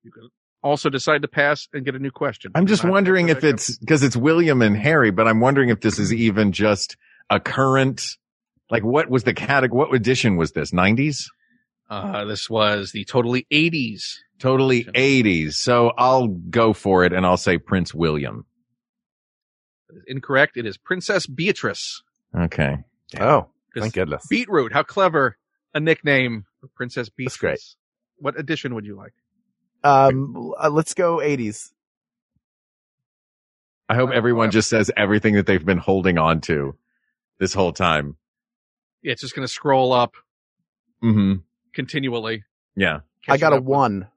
Speaker 4: You can also decide to pass and get a new question.
Speaker 2: I'm just
Speaker 4: Not-
Speaker 2: wondering if it's because it's William and Harry, but I'm wondering if this is even just a current, like what was the category? What edition was this? 90s?
Speaker 4: Uh, this was the totally 80s.
Speaker 2: Totally 80s. So I'll go for it and I'll say Prince William.
Speaker 4: That is incorrect. It is Princess Beatrice.
Speaker 2: Okay.
Speaker 3: Oh,
Speaker 4: Because
Speaker 3: thank goodness.
Speaker 4: Beetroot, how clever a nickname for Princess Beatrice.
Speaker 3: That's great.
Speaker 4: What edition would you like?
Speaker 3: Um, uh, let's go 80s.
Speaker 2: I hope everyone just says everything that they've been holding on to this whole time.
Speaker 4: Yeah, it's just going to scroll up
Speaker 2: Mm-hmm.
Speaker 4: continually.
Speaker 2: Yeah.
Speaker 3: I got
Speaker 4: catching
Speaker 3: a
Speaker 4: up with
Speaker 3: one.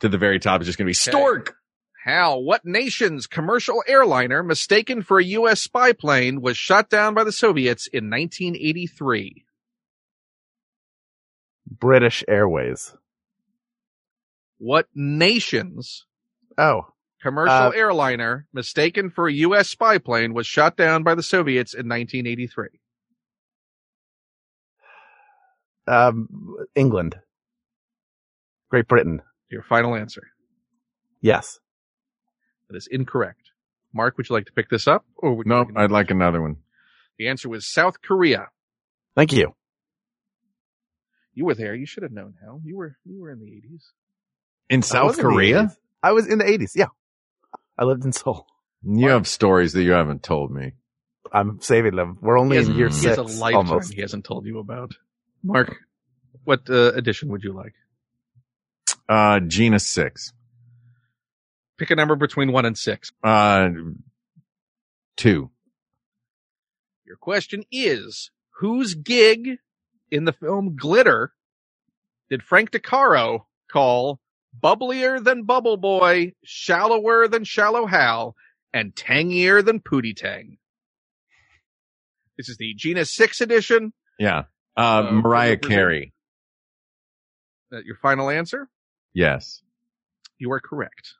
Speaker 2: To the very top is just going to be Stork.
Speaker 4: How? What nation's commercial airliner, mistaken for a U.S. spy plane, was shot down by the Soviets in 1983?
Speaker 3: British Airways.
Speaker 4: What nation's
Speaker 3: Oh,
Speaker 4: commercial
Speaker 3: Uh,
Speaker 4: airliner, mistaken for a U.S. spy plane, was shot down by the Soviets in 1983?
Speaker 3: um, England. Great Britain.
Speaker 4: Your final answer.
Speaker 3: Yes.
Speaker 4: That is incorrect. Mark, would you like to pick this up? Or would you
Speaker 2: No,
Speaker 4: like to-
Speaker 2: I'd like another one.
Speaker 4: the answer was South Korea.
Speaker 3: Thank you.
Speaker 4: You were there. You should have known. Hal. you were you were in the 80s.
Speaker 2: In
Speaker 3: I
Speaker 2: South
Speaker 3: was in the
Speaker 2: Korea?
Speaker 3: 80s. I was in the 80s. Yeah. I lived in Seoul.
Speaker 2: You have stories that you haven't told me.
Speaker 3: I'm saving them. We're only
Speaker 4: Yes,
Speaker 3: in year
Speaker 2: yes,
Speaker 4: He has
Speaker 3: Mm, six.
Speaker 4: a lifetime
Speaker 3: almost.
Speaker 4: he hasn't told you about. Mark, what uh, edition would you like?
Speaker 2: Uh, genus six.
Speaker 4: Pick a number between one and six.
Speaker 2: Uh, two.
Speaker 4: Your question is whose gig in the film Glitter did Frank DeCaro call bubblier than Bubble Boy, shallower than Shallow Hal, and tangier than Pootie Tang? This is the Genus 6 edition.
Speaker 2: Yeah. Uh,
Speaker 4: Uh,
Speaker 2: Mariah
Speaker 4: Christopher
Speaker 2: Carey.
Speaker 4: Uh, your final answer?
Speaker 2: Yes.
Speaker 4: You are correct.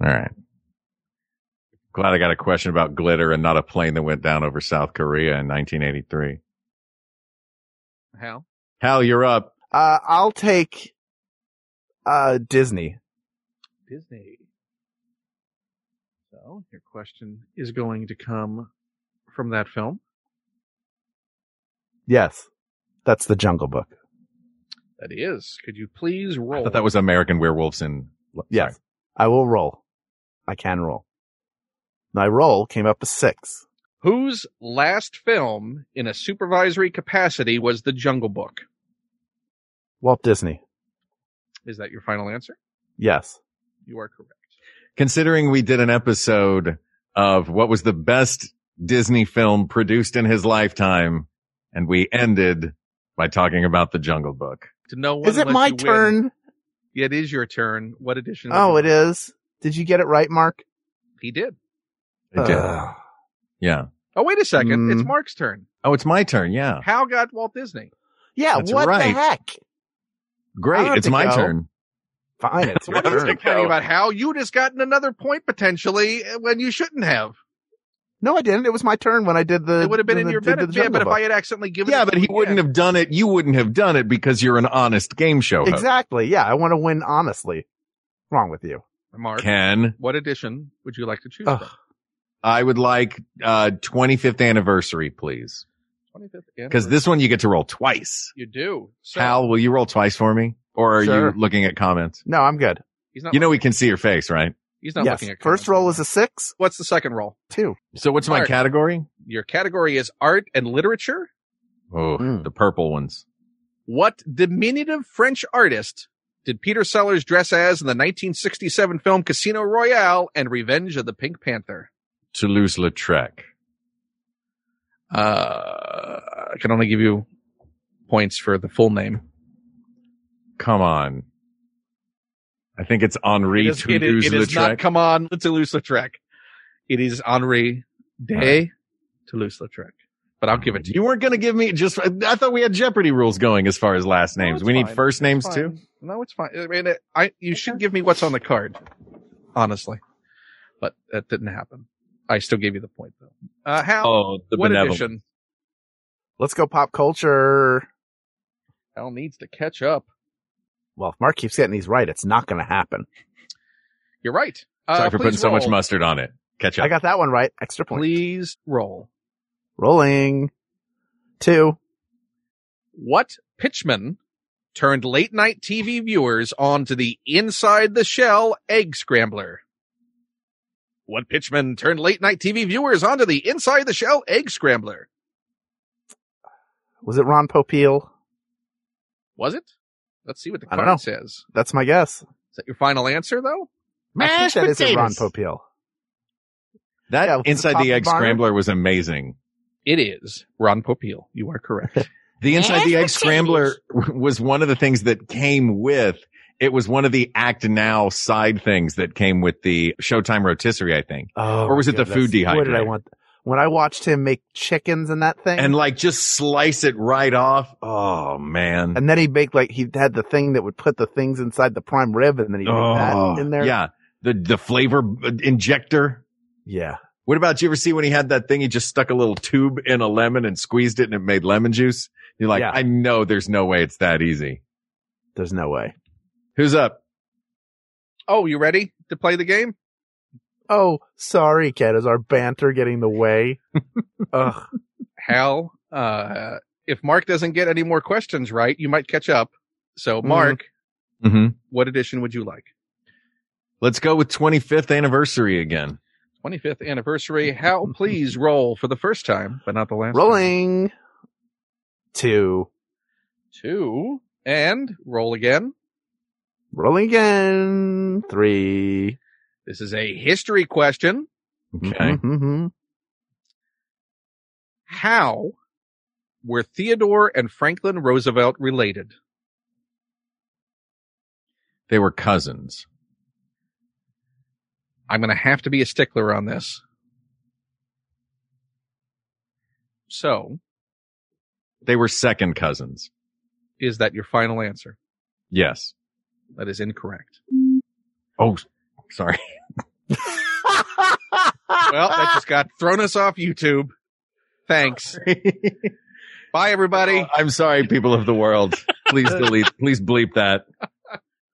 Speaker 2: All right. Glad I got a question about glitter and not a plane that went down over South Korea in 1983.
Speaker 4: Hal.
Speaker 2: Hal, you're up.
Speaker 3: Uh, I'll take uh, Disney.
Speaker 4: Disney. So your question is going to come from that film.
Speaker 3: Yes, that's the Jungle Book.
Speaker 4: That is. Could you please roll?
Speaker 2: I thought that was American Werewolves in.
Speaker 3: Yes, I will roll. I can roll. My roll came up as six.
Speaker 4: Whose last film in a supervisory capacity was The Jungle Book?
Speaker 3: Walt Disney.
Speaker 4: Is that your final answer?
Speaker 3: Yes.
Speaker 4: You are correct.
Speaker 2: Considering we did an episode of what was the best Disney film produced in his lifetime, and we ended by talking about The Jungle Book.
Speaker 4: To no one
Speaker 3: Is it
Speaker 4: lets
Speaker 3: my
Speaker 4: you win.
Speaker 3: turn?
Speaker 4: Yeah, it is your turn. What edition?
Speaker 3: Oh, it is. Did you get it right, Mark?
Speaker 4: He did.
Speaker 2: It did.
Speaker 3: Ugh.
Speaker 2: yeah.
Speaker 4: Oh, wait a second. It's
Speaker 3: Mm.
Speaker 4: Mark's turn.
Speaker 2: Oh, it's my turn. Yeah.
Speaker 4: Hal got Walt Disney.
Speaker 3: yeah,
Speaker 2: That's
Speaker 3: what
Speaker 2: right.
Speaker 3: the heck? I don't
Speaker 2: Great.
Speaker 3: have
Speaker 2: It's
Speaker 3: to
Speaker 2: my
Speaker 3: go.
Speaker 2: turn.
Speaker 3: Fine, it's
Speaker 2: I
Speaker 3: my
Speaker 2: don't
Speaker 3: turn.
Speaker 2: think-
Speaker 4: Talking
Speaker 2: Go.
Speaker 4: about Hal, you just gotten another point potentially when you shouldn't have.
Speaker 3: No, I didn't. It was my turn when I did the.
Speaker 4: It would have been
Speaker 3: the-
Speaker 4: in your
Speaker 3: did
Speaker 4: bed.
Speaker 3: the
Speaker 4: Yeah,
Speaker 3: Jungle
Speaker 4: but if
Speaker 3: Book.
Speaker 4: I had accidentally given
Speaker 2: Yeah,
Speaker 4: it to
Speaker 2: but
Speaker 4: you
Speaker 2: he wouldn't
Speaker 4: again.
Speaker 2: have done it. You wouldn't have done it because you're an honest game show host.
Speaker 3: Exactly. Yeah, I want to win honestly. Wrong with you?
Speaker 4: Mark,
Speaker 2: Ken,
Speaker 4: what edition would you like to choose?
Speaker 3: Ugh.
Speaker 4: From?
Speaker 2: I would like uh 25th anniversary, please.
Speaker 4: 25th.
Speaker 2: Because
Speaker 4: anniversary.
Speaker 2: this one you get to roll twice.
Speaker 4: you do. So
Speaker 2: Hal, will you roll twice for me? Or are
Speaker 3: Sure.
Speaker 2: you looking at comments?
Speaker 3: No, I'm good.
Speaker 4: he's not.
Speaker 2: You know we
Speaker 4: looking-
Speaker 2: can see your face, right?
Speaker 4: He's not
Speaker 3: yes.
Speaker 4: looking at
Speaker 3: First
Speaker 4: comments.
Speaker 3: roll is a six,
Speaker 4: What's the second roll?
Speaker 3: two.
Speaker 2: So what's my
Speaker 4: Art.
Speaker 2: category?
Speaker 4: Your category is art and literature.
Speaker 2: Oh,
Speaker 3: Mm.
Speaker 2: the purple ones.
Speaker 4: What diminutive French artist did Peter Sellers dress as in the 1967 film Casino Royale and Revenge of the Pink Panther?
Speaker 2: Toulouse-Lautrec.
Speaker 4: Uh, I can only give you points for the full name.
Speaker 2: Come on. I think it's
Speaker 4: It
Speaker 2: Henri
Speaker 4: is, it is- it is not
Speaker 2: Toulouse-Lautrec.
Speaker 4: come on Toulouse-Lautrec. It is Henri de
Speaker 2: Alright.
Speaker 4: Toulouse-Lautrec. But I'll give it to you.
Speaker 2: You weren't going to give me just, I thought we had Jeopardy rules going as far as last
Speaker 4: No,
Speaker 2: names.
Speaker 4: it's
Speaker 2: we need
Speaker 4: fine.
Speaker 2: first names
Speaker 4: It's
Speaker 2: too.
Speaker 4: fine. No, it's fine. I mean, it- I, you should give me what's on the card, honestly. But that didn't happen. I still gave you the point though. Uh, Hal,
Speaker 2: Oh, the
Speaker 4: what
Speaker 2: benevolent.
Speaker 4: edition?
Speaker 3: Let's go pop culture.
Speaker 4: Hal needs to catch up.
Speaker 3: Well, if Mark keeps getting these right, it's not going to happen.
Speaker 4: You're right. Uh,
Speaker 2: Sorry for
Speaker 4: please
Speaker 2: putting so much
Speaker 4: roll.
Speaker 2: mustard on it. Ketchup.
Speaker 3: I got that one right. Extra point.
Speaker 4: Please roll.
Speaker 3: Rolling. Two.
Speaker 4: What pitchman turned late night TV viewers onto the inside the shell egg scrambler? What pitchman turned late night TV viewers onto the inside the shell egg scrambler?
Speaker 3: Was it Ron Popeil?
Speaker 4: Was it? Let's see what the
Speaker 3: I don't
Speaker 4: card
Speaker 3: know.
Speaker 4: says.
Speaker 3: That's my guess.
Speaker 4: Is that your final answer though?
Speaker 3: I think that is a Ron Popeil.
Speaker 2: that
Speaker 3: Yeah, with the
Speaker 2: inside the,
Speaker 3: Papa
Speaker 2: egg
Speaker 3: Bonner.
Speaker 2: scrambler was amazing.
Speaker 4: It is Ron Popeil. You are correct.
Speaker 2: The inside the egg scrambler was one of the things that came with. It was one of the act now side things that came with the Showtime rotisserie, I think.
Speaker 3: Oh,
Speaker 2: Or was
Speaker 3: my
Speaker 2: it the
Speaker 3: goodness.
Speaker 2: food
Speaker 3: What did I
Speaker 2: dehydrator?
Speaker 3: want? When I watched him make chickens and that thing,
Speaker 2: And like just slice it right off. Oh man.
Speaker 3: and then he baked like he had the thing that would put the things inside the prime rib, and then he put that in there.
Speaker 2: Oh, Yeah. The the flavor uh, injector.
Speaker 3: yeah.
Speaker 2: What about you ever see when he had that thing? He just stuck a little tube in a lemon and squeezed it and it made lemon juice. You're like,
Speaker 3: Yeah.
Speaker 2: I know there's no way it's that easy.
Speaker 3: There's no way.
Speaker 2: Who's up?
Speaker 4: oh, you ready to play the game?
Speaker 3: Oh, sorry, Ken. Is our banter getting in the way? Ugh.
Speaker 4: Hal, uh, if Mark doesn't get any more questions right, you might catch up. So, Mark,
Speaker 2: Mm-hmm.
Speaker 4: what edition would you like?
Speaker 2: Let's go with 25th anniversary again.
Speaker 4: 25th anniversary. Hal, please roll for the first time, but not the last. time.
Speaker 3: Rolling. Two.
Speaker 4: two and roll again.
Speaker 3: Rolling again. Three.
Speaker 4: This is a history question.
Speaker 2: Okay.
Speaker 3: Mm-hmm.
Speaker 4: How were Theodore and Franklin Roosevelt related?
Speaker 2: They were cousins.
Speaker 4: I'm going to have to be a stickler on this. So,
Speaker 2: They were second cousins.
Speaker 4: is that your final answer?
Speaker 2: Yes.
Speaker 4: That is incorrect.
Speaker 2: Oh, sorry.
Speaker 4: Well, that just got thrown us off YouTube. Thanks. Bye, everybody.
Speaker 2: I'm sorry, people of the world. Please delete. Please bleep that.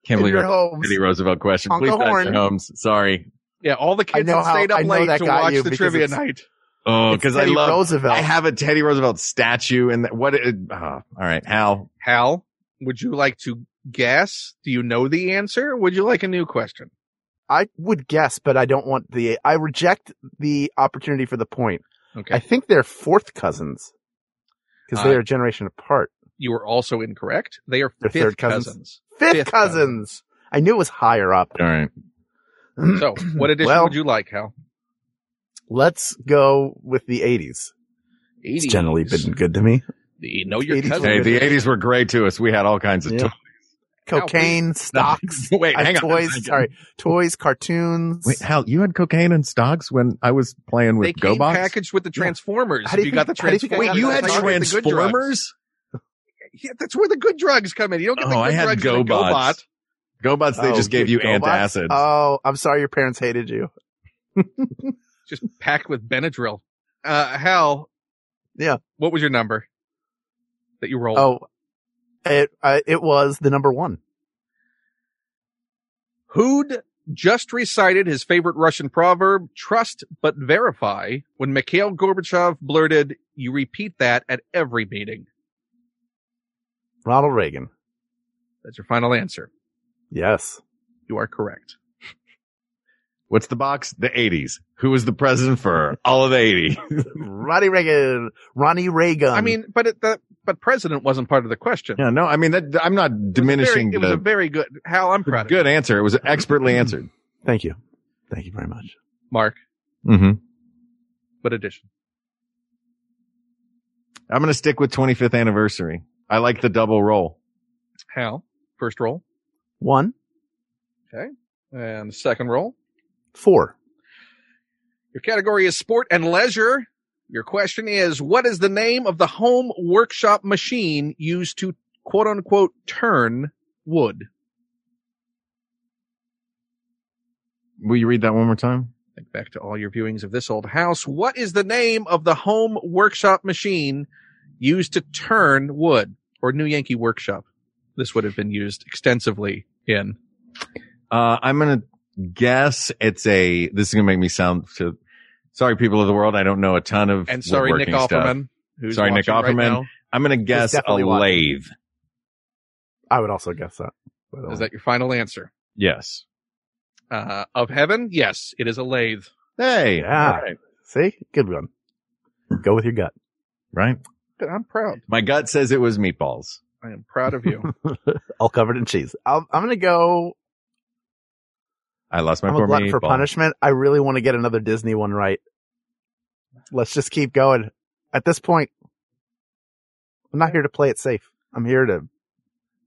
Speaker 2: Can't believe
Speaker 3: your
Speaker 2: that's
Speaker 3: homes.
Speaker 2: Teddy Roosevelt question.
Speaker 3: Uncle
Speaker 2: bleep that,
Speaker 3: Horn.
Speaker 2: Holmes. Sorry.
Speaker 4: Yeah, all the
Speaker 3: I
Speaker 4: kids
Speaker 3: know
Speaker 4: that
Speaker 3: how-
Speaker 4: stayed up
Speaker 3: I know
Speaker 4: late
Speaker 3: that
Speaker 4: to
Speaker 3: got
Speaker 4: watch
Speaker 3: you
Speaker 4: the
Speaker 3: because
Speaker 4: trivia
Speaker 3: it's-
Speaker 4: night.
Speaker 2: Oh,
Speaker 3: It's
Speaker 2: because I
Speaker 3: Teddy
Speaker 2: love.
Speaker 3: Roosevelt.
Speaker 2: I have a Teddy Roosevelt statue, and what? It, oh, all right, Hal.
Speaker 4: Hal, would you like to guess? Do you know the answer? Would you like a new question?
Speaker 3: I would guess, but I don't want the. I reject the opportunity for the point.
Speaker 4: Okay.
Speaker 3: I think they're fourth cousins because they
Speaker 4: Uh,
Speaker 3: are a generation apart.
Speaker 4: you were also incorrect. They are
Speaker 3: They're
Speaker 4: fifth
Speaker 3: third cousins.
Speaker 4: cousins.
Speaker 3: Fifth,
Speaker 4: fifth
Speaker 3: cousins. I knew it was higher up.
Speaker 2: All right.
Speaker 4: So, what edition
Speaker 3: Well-
Speaker 4: would you like, Hal?
Speaker 3: Let's go with the 80s.
Speaker 4: 80s.
Speaker 3: It's generally been good to me.
Speaker 4: The Know Your
Speaker 3: 80s.
Speaker 4: Cousin.
Speaker 2: Hey, the '80s were great to us. We had all kinds of.
Speaker 3: Yeah.
Speaker 2: toys.
Speaker 3: Cocaine, stocks,
Speaker 2: Wait,
Speaker 3: I have
Speaker 2: hang on.
Speaker 3: toys. Sorry, toys, cartoons.
Speaker 2: Wait, Hal, you had cocaine and stocks when I was playing
Speaker 4: They
Speaker 2: with
Speaker 4: came
Speaker 2: Go Box.
Speaker 4: packaged with the Transformers.
Speaker 3: How do
Speaker 4: you
Speaker 3: you
Speaker 4: got the
Speaker 3: think- how do you think I
Speaker 4: Transformers.
Speaker 3: got that?
Speaker 4: That's where the good drugs- Yeah,
Speaker 3: You
Speaker 4: that's where the good drugs come in. You don't get the
Speaker 2: Oh,
Speaker 4: good
Speaker 2: I had
Speaker 4: drugs in the
Speaker 2: GoBots.
Speaker 4: GoBot.
Speaker 2: GoBots, they
Speaker 3: Oh,
Speaker 2: just gave you
Speaker 3: Go Box?
Speaker 2: antacids.
Speaker 3: Oh, I'm sorry, your parents hated you.
Speaker 4: just packed with Benadryl. Uh, Hal.
Speaker 3: Yeah.
Speaker 4: What was your number that you rolled?
Speaker 3: Oh, it uh, it was the number one.
Speaker 4: Hood just recited his favorite Russian proverb, trust but verify, when Mikhail Gorbachev blurted, you repeat that at every meeting.
Speaker 3: Ronald Reagan.
Speaker 4: That's your final answer.
Speaker 3: Yes.
Speaker 4: You are correct.
Speaker 2: What's the box? The 80s. Who was the president for all of the 80s?
Speaker 3: Ronnie Reagan. Ronnie Reagan.
Speaker 4: I mean, but it, the, but president wasn't part of the question.
Speaker 2: Um, Yeah, no, I mean, that, I'm not diminishing
Speaker 4: Very- it was a
Speaker 2: the
Speaker 4: very good, Hal, I'm proud of you.
Speaker 2: good answer. It was expertly answered.
Speaker 3: thank you. Thank you very much.
Speaker 4: Mark,
Speaker 2: Mm-hmm.
Speaker 4: what edition?
Speaker 2: I'm going to stick with 25th anniversary. I like the double roll.
Speaker 4: Hal, first roll
Speaker 3: One,
Speaker 4: and second roll.
Speaker 3: four.
Speaker 4: Your category is sport and leisure. Your question is, what is the name of the home workshop machine used to quote unquote turn wood?
Speaker 2: Will you read that one more time?
Speaker 4: Think back to all your viewings of this old house. What is the name of the home workshop machine used to turn wood or New Yankee Workshop? This would have been used extensively in.
Speaker 2: Uh, I'm going to guess it's a, this is going to make me sound to, sorry, people of the world. I don't know a ton of
Speaker 4: And sorry, Nick
Speaker 2: woodworking stuff.
Speaker 4: Offerman. Who's
Speaker 2: Sorry, Nick
Speaker 4: watching right
Speaker 2: Offerman.
Speaker 4: now.
Speaker 2: I'm going to guess a
Speaker 3: definitely watching.
Speaker 2: lathe.
Speaker 3: I would also guess that. uh, by the
Speaker 4: Is
Speaker 3: way.
Speaker 4: that your final answer?
Speaker 2: Yes.
Speaker 4: Uh, of heaven? Yes, it is a lathe.
Speaker 2: Hey.
Speaker 3: Yeah.
Speaker 2: all right,
Speaker 3: See, good one. Go with your gut.
Speaker 2: right.
Speaker 4: But I'm proud.
Speaker 2: My gut says it was meatballs.
Speaker 4: I am proud of you.
Speaker 3: All covered in cheese. I'll, I'm gonna go.
Speaker 2: I lost my
Speaker 3: I'm
Speaker 2: poor
Speaker 3: a glutton
Speaker 2: meatball.
Speaker 3: for punishment. I really want to get another Disney one right. Let's just keep going. At this point, I'm not here to play it safe. I'm here to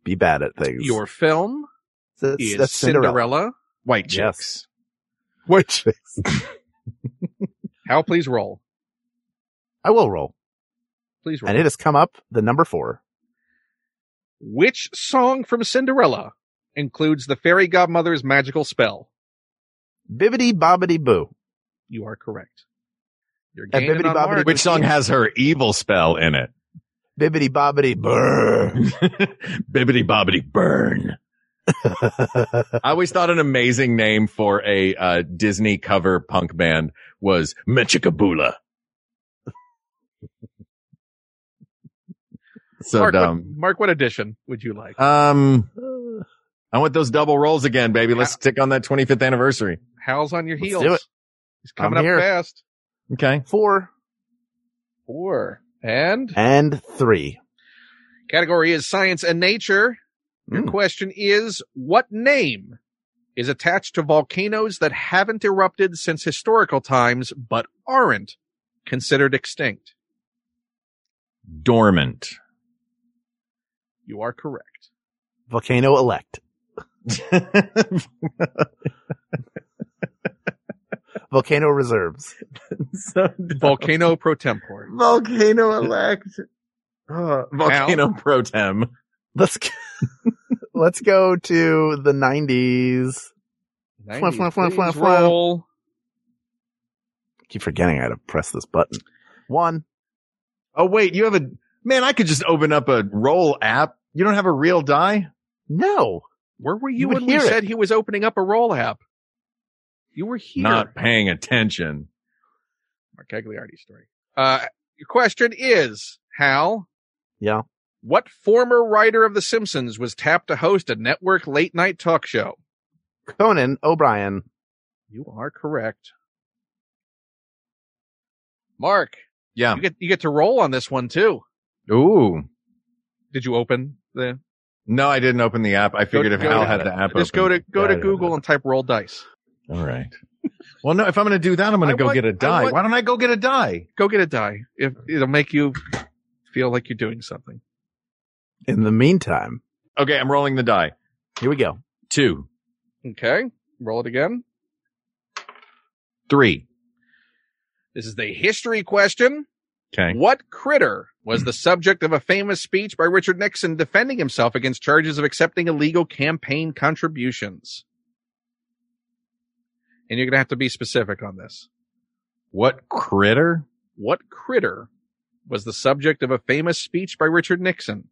Speaker 3: be bad at things.
Speaker 4: Your film
Speaker 3: that's,
Speaker 4: is
Speaker 3: that's
Speaker 4: Cinderella.
Speaker 3: Cinderella.
Speaker 2: White
Speaker 3: Yes.
Speaker 2: chicks.
Speaker 3: Which
Speaker 4: Hal, please roll.
Speaker 3: I will roll,
Speaker 4: Please roll.
Speaker 3: and it has come up the number four.
Speaker 4: Which song from Cinderella includes the fairy godmother's magical spell?
Speaker 3: Bibbity bobbity boo.
Speaker 4: You are correct. You're
Speaker 3: And
Speaker 4: gaining
Speaker 3: Bibbidi
Speaker 4: on
Speaker 3: Bobbidi
Speaker 4: Mark.
Speaker 2: Which song has her evil spell in it?
Speaker 3: Bibbity bobbity brr.
Speaker 2: Bibbity bobbity burn. I always thought an amazing name for a uh, Disney cover punk band was Mechikabula. so
Speaker 4: Mark, what,
Speaker 2: dumb.
Speaker 4: Mark, what edition would you like?
Speaker 2: Um, I want those double rolls again, baby. Let's stick on that 25th anniversary.
Speaker 4: Hal's on your
Speaker 3: Let's
Speaker 4: heels.
Speaker 3: do it.
Speaker 4: He's coming
Speaker 3: I'm
Speaker 4: up
Speaker 3: here.
Speaker 4: fast.
Speaker 2: Okay.
Speaker 3: four
Speaker 4: Four. And
Speaker 3: and three.
Speaker 4: category is science and nature. Your
Speaker 3: Mm.
Speaker 4: question is what name is attached to volcanoes that haven't erupted since historical times but aren't considered extinct?
Speaker 2: Dormant.
Speaker 4: You are correct.
Speaker 3: Volcano elect. Volcano reserves.
Speaker 4: Volcano pro tempore.
Speaker 2: Volcano elect. volcano pro tem.
Speaker 3: Let's go, let's go to the nineties. Fwah, fwah, fwah, fwah,
Speaker 4: Please
Speaker 3: fwah.
Speaker 4: roll.
Speaker 3: Keep forgetting I had to press this button. One.
Speaker 2: Oh wait, you have a Man, I could just open up a roll app. You don't have a real die?
Speaker 3: No.
Speaker 4: Where were you,
Speaker 3: You would
Speaker 4: when we
Speaker 3: hear it.
Speaker 4: said he was opening up a roll app? You were here.
Speaker 2: Not paying attention.
Speaker 4: Mark Gagliardi story. Uh, your question is, Hal.
Speaker 3: Yeah.
Speaker 4: What former writer of The Simpsons was tapped to host a network late night talk show?
Speaker 3: Conan O'Brien.
Speaker 4: You are correct. Mark,
Speaker 2: Yeah.
Speaker 4: you get you get to roll on this one too.
Speaker 2: Ooh.
Speaker 4: Did you open the?
Speaker 2: No, I didn't open the app. I figured if
Speaker 4: go
Speaker 2: Hal
Speaker 4: to-
Speaker 2: had the app
Speaker 4: Just
Speaker 2: open-
Speaker 4: go to go to
Speaker 2: Yeah,
Speaker 4: Google and type roll dice.
Speaker 2: yeah, yeah. All right. Well, no, if I'm going to do that, I'm going
Speaker 4: I
Speaker 2: to go
Speaker 4: want-
Speaker 2: get
Speaker 4: I
Speaker 2: a die.
Speaker 4: want-
Speaker 2: Why don't I go get a die?
Speaker 4: Go get a die. If it'll make you feel like you're doing something.
Speaker 3: In the meantime,
Speaker 2: Okay, I'm rolling the die.
Speaker 3: here we go.
Speaker 2: Two,
Speaker 4: Okay, roll it again.
Speaker 2: three.
Speaker 4: This is the history question.
Speaker 2: Okay.
Speaker 4: What critter was the subject of a famous speech by Richard Nixon defending himself against charges of accepting illegal campaign contributions? And you're going to have to be specific on this.
Speaker 2: What critter?
Speaker 4: What critter was the subject of a famous speech by Richard Nixon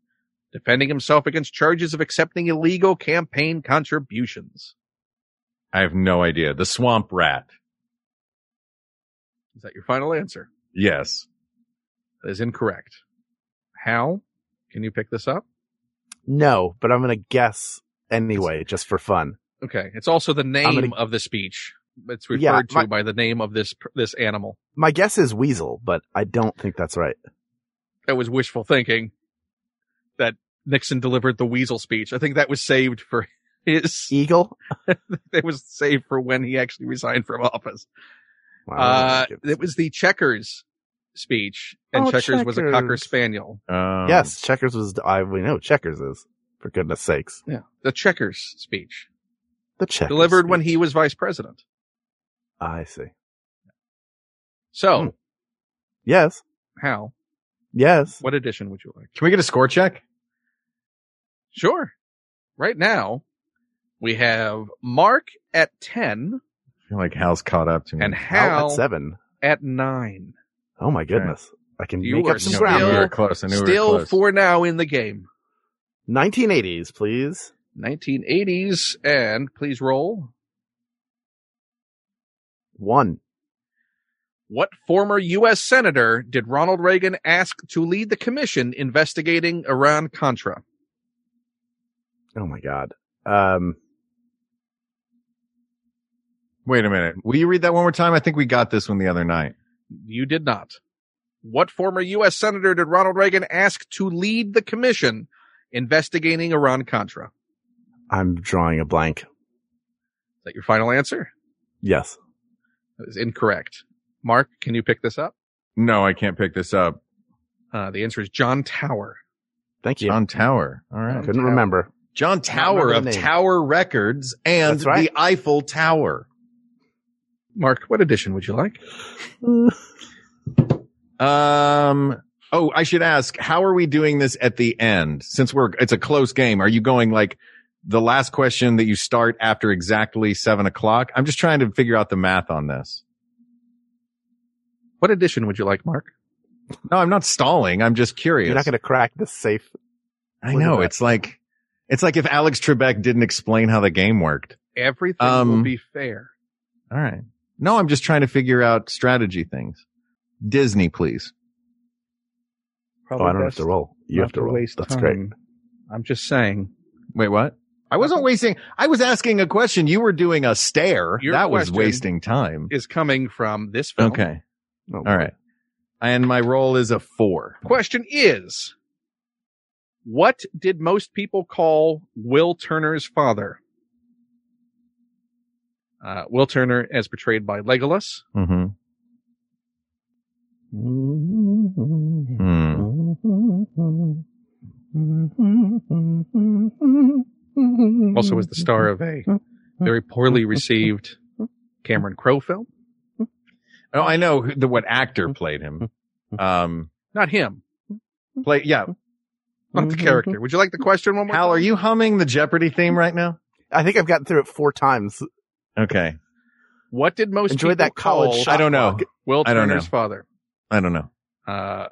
Speaker 4: defending himself against charges of accepting illegal campaign contributions?
Speaker 2: I have no idea. The swamp rat.
Speaker 4: Is that your final answer?
Speaker 2: Yes.
Speaker 4: That is incorrect. Hal, can you pick this up?
Speaker 3: No, but I'm going to guess anyway, just for fun.
Speaker 4: Okay. It's also the name
Speaker 3: gonna-
Speaker 4: of the speech. It's referred
Speaker 3: Yeah,
Speaker 4: to
Speaker 3: my-
Speaker 4: by the name of this this animal.
Speaker 3: My guess is weasel, but I don't think that's right.
Speaker 4: That was wishful thinking. That Nixon delivered the weasel speech. I think that was saved for his.
Speaker 3: Eagle?
Speaker 4: That was saved for when he actually resigned from office.
Speaker 3: Wow,
Speaker 4: Uh,
Speaker 3: Oh, that was-
Speaker 4: it was the checkers speech, and
Speaker 3: Oh,
Speaker 4: checkers, was a cocker
Speaker 3: Checkers.
Speaker 4: spaniel.
Speaker 2: Um,
Speaker 3: yes, checkers was, I, we know checkers is, for goodness sakes.
Speaker 4: Yeah, the checkers speech
Speaker 3: The checkers.
Speaker 4: delivered when he was vice president.
Speaker 3: I see.
Speaker 4: So,
Speaker 3: Hmm. Yes.
Speaker 4: Hal,
Speaker 3: Yes.
Speaker 4: what edition would you like?
Speaker 2: Can we get a score check?
Speaker 4: Sure. Right now, we have Mark at 10
Speaker 2: I feel like Hal's caught up to me.
Speaker 4: and
Speaker 3: Out
Speaker 4: Hal
Speaker 3: at
Speaker 4: at,
Speaker 3: seven.
Speaker 4: 9.
Speaker 3: Oh my goodness. I can
Speaker 4: You
Speaker 3: make
Speaker 4: are
Speaker 3: up some
Speaker 2: No,
Speaker 3: ground
Speaker 2: I knew we
Speaker 3: here.
Speaker 2: were close. I knew we were
Speaker 4: Still
Speaker 2: close.
Speaker 4: for now in the game.
Speaker 3: 1980s, please.
Speaker 4: 1980s, and please roll.
Speaker 3: One.
Speaker 4: What former U.S. Senator did Ronald Reagan ask to lead the commission investigating Iran Contra?
Speaker 3: Oh my God. Um,
Speaker 2: Wait a minute. Will you read that one more time? I think we got this one the other night.
Speaker 4: You did not. What former U.S. Senator did Ronald Reagan ask to lead the commission investigating Iran Contra? Is
Speaker 3: I'm drawing a blank.
Speaker 4: that your final answer?
Speaker 3: Yes.
Speaker 4: That is incorrect. Mark, can you pick this up?
Speaker 2: No, I can't pick this up.
Speaker 4: Uh, the answer is John Tower.
Speaker 3: Thank you.
Speaker 2: John Tower. All right.
Speaker 3: Couldn't remember.
Speaker 2: John Tower
Speaker 3: remember the
Speaker 2: of
Speaker 3: name.
Speaker 2: Tower Records and
Speaker 3: That's right.
Speaker 2: the Eiffel Tower.
Speaker 4: Mark, what edition would you like?
Speaker 2: Um. Oh, I should ask, how are we doing this at the end? Since we're, it's a close game. Are you going like the last question that you start after exactly seven o'clock? I'm just trying to figure out the math on this.
Speaker 4: What edition would you like, Mark?
Speaker 2: No, I'm not stalling. I'm just curious.
Speaker 3: You're not going to crack this safe.
Speaker 2: I
Speaker 3: look at
Speaker 2: know.
Speaker 3: that.
Speaker 2: It's like, it's like if Alex Trebek didn't explain how the game worked.
Speaker 4: Everything will
Speaker 2: Um,
Speaker 4: be fair.
Speaker 2: All right. No, I'm just trying to figure out strategy things. Disney, please.
Speaker 3: Oh, I don't have to roll. You have to roll. That's great.
Speaker 4: I'm just saying.
Speaker 2: Wait, what? I wasn't wasting. I was asking a question. You were doing a stare.
Speaker 4: Your
Speaker 2: that was
Speaker 4: question-
Speaker 2: wasting time.
Speaker 4: Is coming from this film.
Speaker 2: Okay.
Speaker 3: Oh,
Speaker 2: All right. And my roll is a four.
Speaker 4: Question is, what did most people call Will Turner's father? Uh, Will Turner, as portrayed by Legolas.
Speaker 2: Mm-hmm.
Speaker 3: Mm-hmm.
Speaker 2: Hmm.
Speaker 4: also was the star of a very poorly received Cameron Crowe film.
Speaker 2: Oh, I know who, the, what actor played him. Um,
Speaker 4: Not him,
Speaker 2: play, yeah.
Speaker 4: not
Speaker 3: Mm-hmm.
Speaker 4: the character. Would you like the question one more?
Speaker 2: Hal, are you humming the Jeopardy theme right now?
Speaker 3: I think I've gotten through it four times.
Speaker 2: Okay.
Speaker 4: What did most
Speaker 3: Enjoyed
Speaker 4: people
Speaker 3: that college
Speaker 4: call
Speaker 3: shot
Speaker 2: I don't know.
Speaker 3: clock.
Speaker 4: Will
Speaker 2: I don't
Speaker 4: Turner's father?
Speaker 2: I don't know.
Speaker 4: Uh,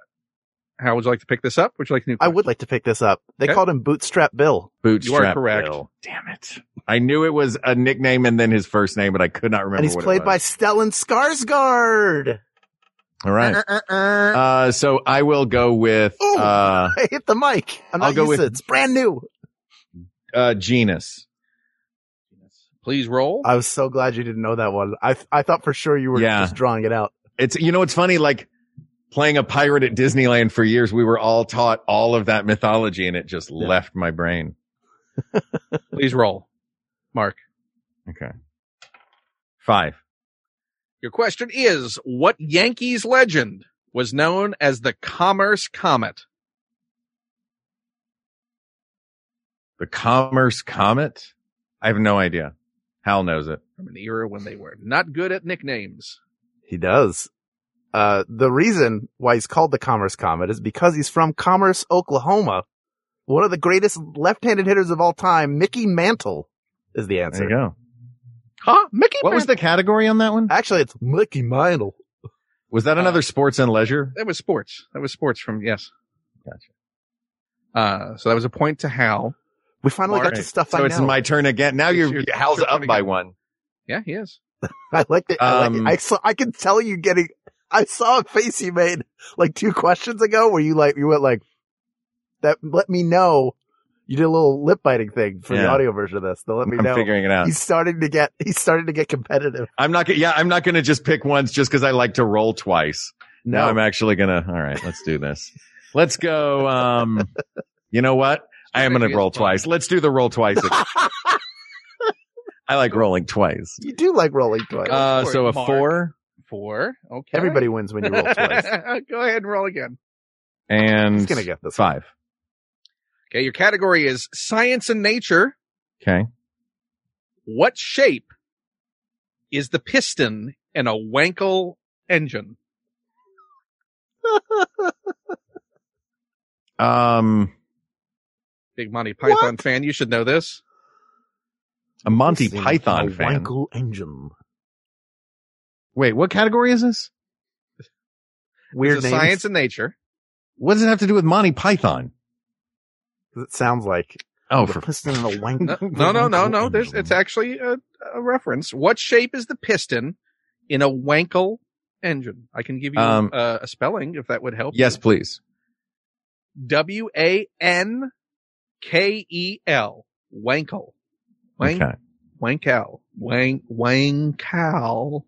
Speaker 4: How would you like to pick this up? Would you like to?
Speaker 3: I would like to pick this up. They
Speaker 4: Okay.
Speaker 3: called him Bootstrap Bill.
Speaker 2: Bootstrap.
Speaker 4: correct.
Speaker 2: Bill. Damn it. I knew it was a nickname and then his first name, but I could not remember.
Speaker 3: and he's
Speaker 2: what it
Speaker 3: played by
Speaker 2: was.
Speaker 3: Stellan Skarsgård.
Speaker 2: All right.
Speaker 3: Uh-uh-uh.
Speaker 2: Uh, so I will go with
Speaker 3: Ooh.
Speaker 2: uh,
Speaker 3: I hit the mic. I'm not
Speaker 2: I'll go
Speaker 3: used
Speaker 2: with-
Speaker 3: to it. It's brand new.
Speaker 2: uh, genus.
Speaker 4: Please roll.
Speaker 3: I was so glad you didn't know that one. I I thought for sure you were
Speaker 2: Yeah.
Speaker 3: just drawing it out.
Speaker 2: It's you know it's funny like playing a pirate at Disneyland for years. We were all taught all of that mythology, and it just left my brain.
Speaker 4: Please roll. Mark,
Speaker 2: Okay. Five.
Speaker 4: your question is: What Yankees legend was known as the Commerce Comet?
Speaker 2: The Commerce Comet. I have no idea. Hal knows it.
Speaker 4: from an era when they were not good at nicknames.
Speaker 3: He does. Uh, the reason why he's called the Commerce Comet is because he's from Commerce, Oklahoma. One of the greatest left-handed hitters of all time, Mickey Mantle, is the
Speaker 2: There you
Speaker 3: answer.
Speaker 2: go.
Speaker 4: Huh? Mickey
Speaker 2: What was the category on that one?
Speaker 3: Actually, it's Mickey Mantle.
Speaker 2: Was
Speaker 4: Uh,
Speaker 2: that another sports and leisure?
Speaker 4: That was sports. That was sports from yes. Gotcha. Uh, so that was a point to Hal.
Speaker 3: We finally
Speaker 4: All
Speaker 3: got to
Speaker 4: right.
Speaker 3: stuff
Speaker 2: So
Speaker 3: I
Speaker 2: it's
Speaker 3: know.
Speaker 2: my turn again. Now
Speaker 4: It's
Speaker 2: you're,
Speaker 4: your-
Speaker 2: Hal's
Speaker 4: your turn
Speaker 2: up by
Speaker 4: again.
Speaker 2: one.
Speaker 4: Yeah, he is.
Speaker 3: I liked it. I, liked it.
Speaker 2: Um,
Speaker 3: I saw. I can tell you getting. I saw a face you made like two questions ago where you like you went like that. Let me know. You did a little lip biting thing for the
Speaker 2: Yeah.
Speaker 3: audio version of this. To let me
Speaker 2: I'm
Speaker 3: know.
Speaker 2: figuring it out.
Speaker 3: He's starting to get. He's starting to get competitive.
Speaker 2: I'm not. gonna- Yeah, I'm not going to just pick once just because I like to roll twice. Now
Speaker 3: No.
Speaker 2: I'm actually gonna. All right, let's do this. let's go. Um, you know what? I am
Speaker 4: gonna
Speaker 2: gonna
Speaker 4: be
Speaker 2: roll
Speaker 4: as fun.
Speaker 2: twice. Let's do the roll twice. I like rolling twice.
Speaker 3: You do like rolling twice.
Speaker 4: Go
Speaker 2: Uh,
Speaker 4: for
Speaker 2: so
Speaker 4: it,
Speaker 2: a
Speaker 4: Mark.
Speaker 2: four
Speaker 4: Four. Okay.
Speaker 3: Everybody wins when you roll twice.
Speaker 4: Go ahead and roll again.
Speaker 2: and
Speaker 3: He's gonna get this.
Speaker 2: five.
Speaker 4: Okay, your category is science and nature.
Speaker 2: Okay.
Speaker 4: What shape is the piston in a Wankel engine?
Speaker 2: Um,
Speaker 4: Big Monty Python fan, you should know this.
Speaker 2: a Monty
Speaker 3: Sing
Speaker 2: Python
Speaker 3: a
Speaker 2: fan.
Speaker 3: Wankel engine.
Speaker 2: Wait, what category is this?
Speaker 3: Weird
Speaker 4: It's a
Speaker 3: names.
Speaker 4: science and nature.
Speaker 2: What does it have to do with Monty Python?
Speaker 3: 'Cause It sounds like
Speaker 2: Oh,
Speaker 3: the
Speaker 2: for
Speaker 3: piston and a wank.
Speaker 4: No, no, no, no, no. There's, it's actually a, a reference. What shape is the piston in a Wankel engine? I can give you
Speaker 2: Um,
Speaker 4: uh, a spelling if that would help.
Speaker 2: yes, please.
Speaker 4: W A N K E L. Wankel. Wank,
Speaker 2: Okay.
Speaker 4: Wankel. Wank, Wankel.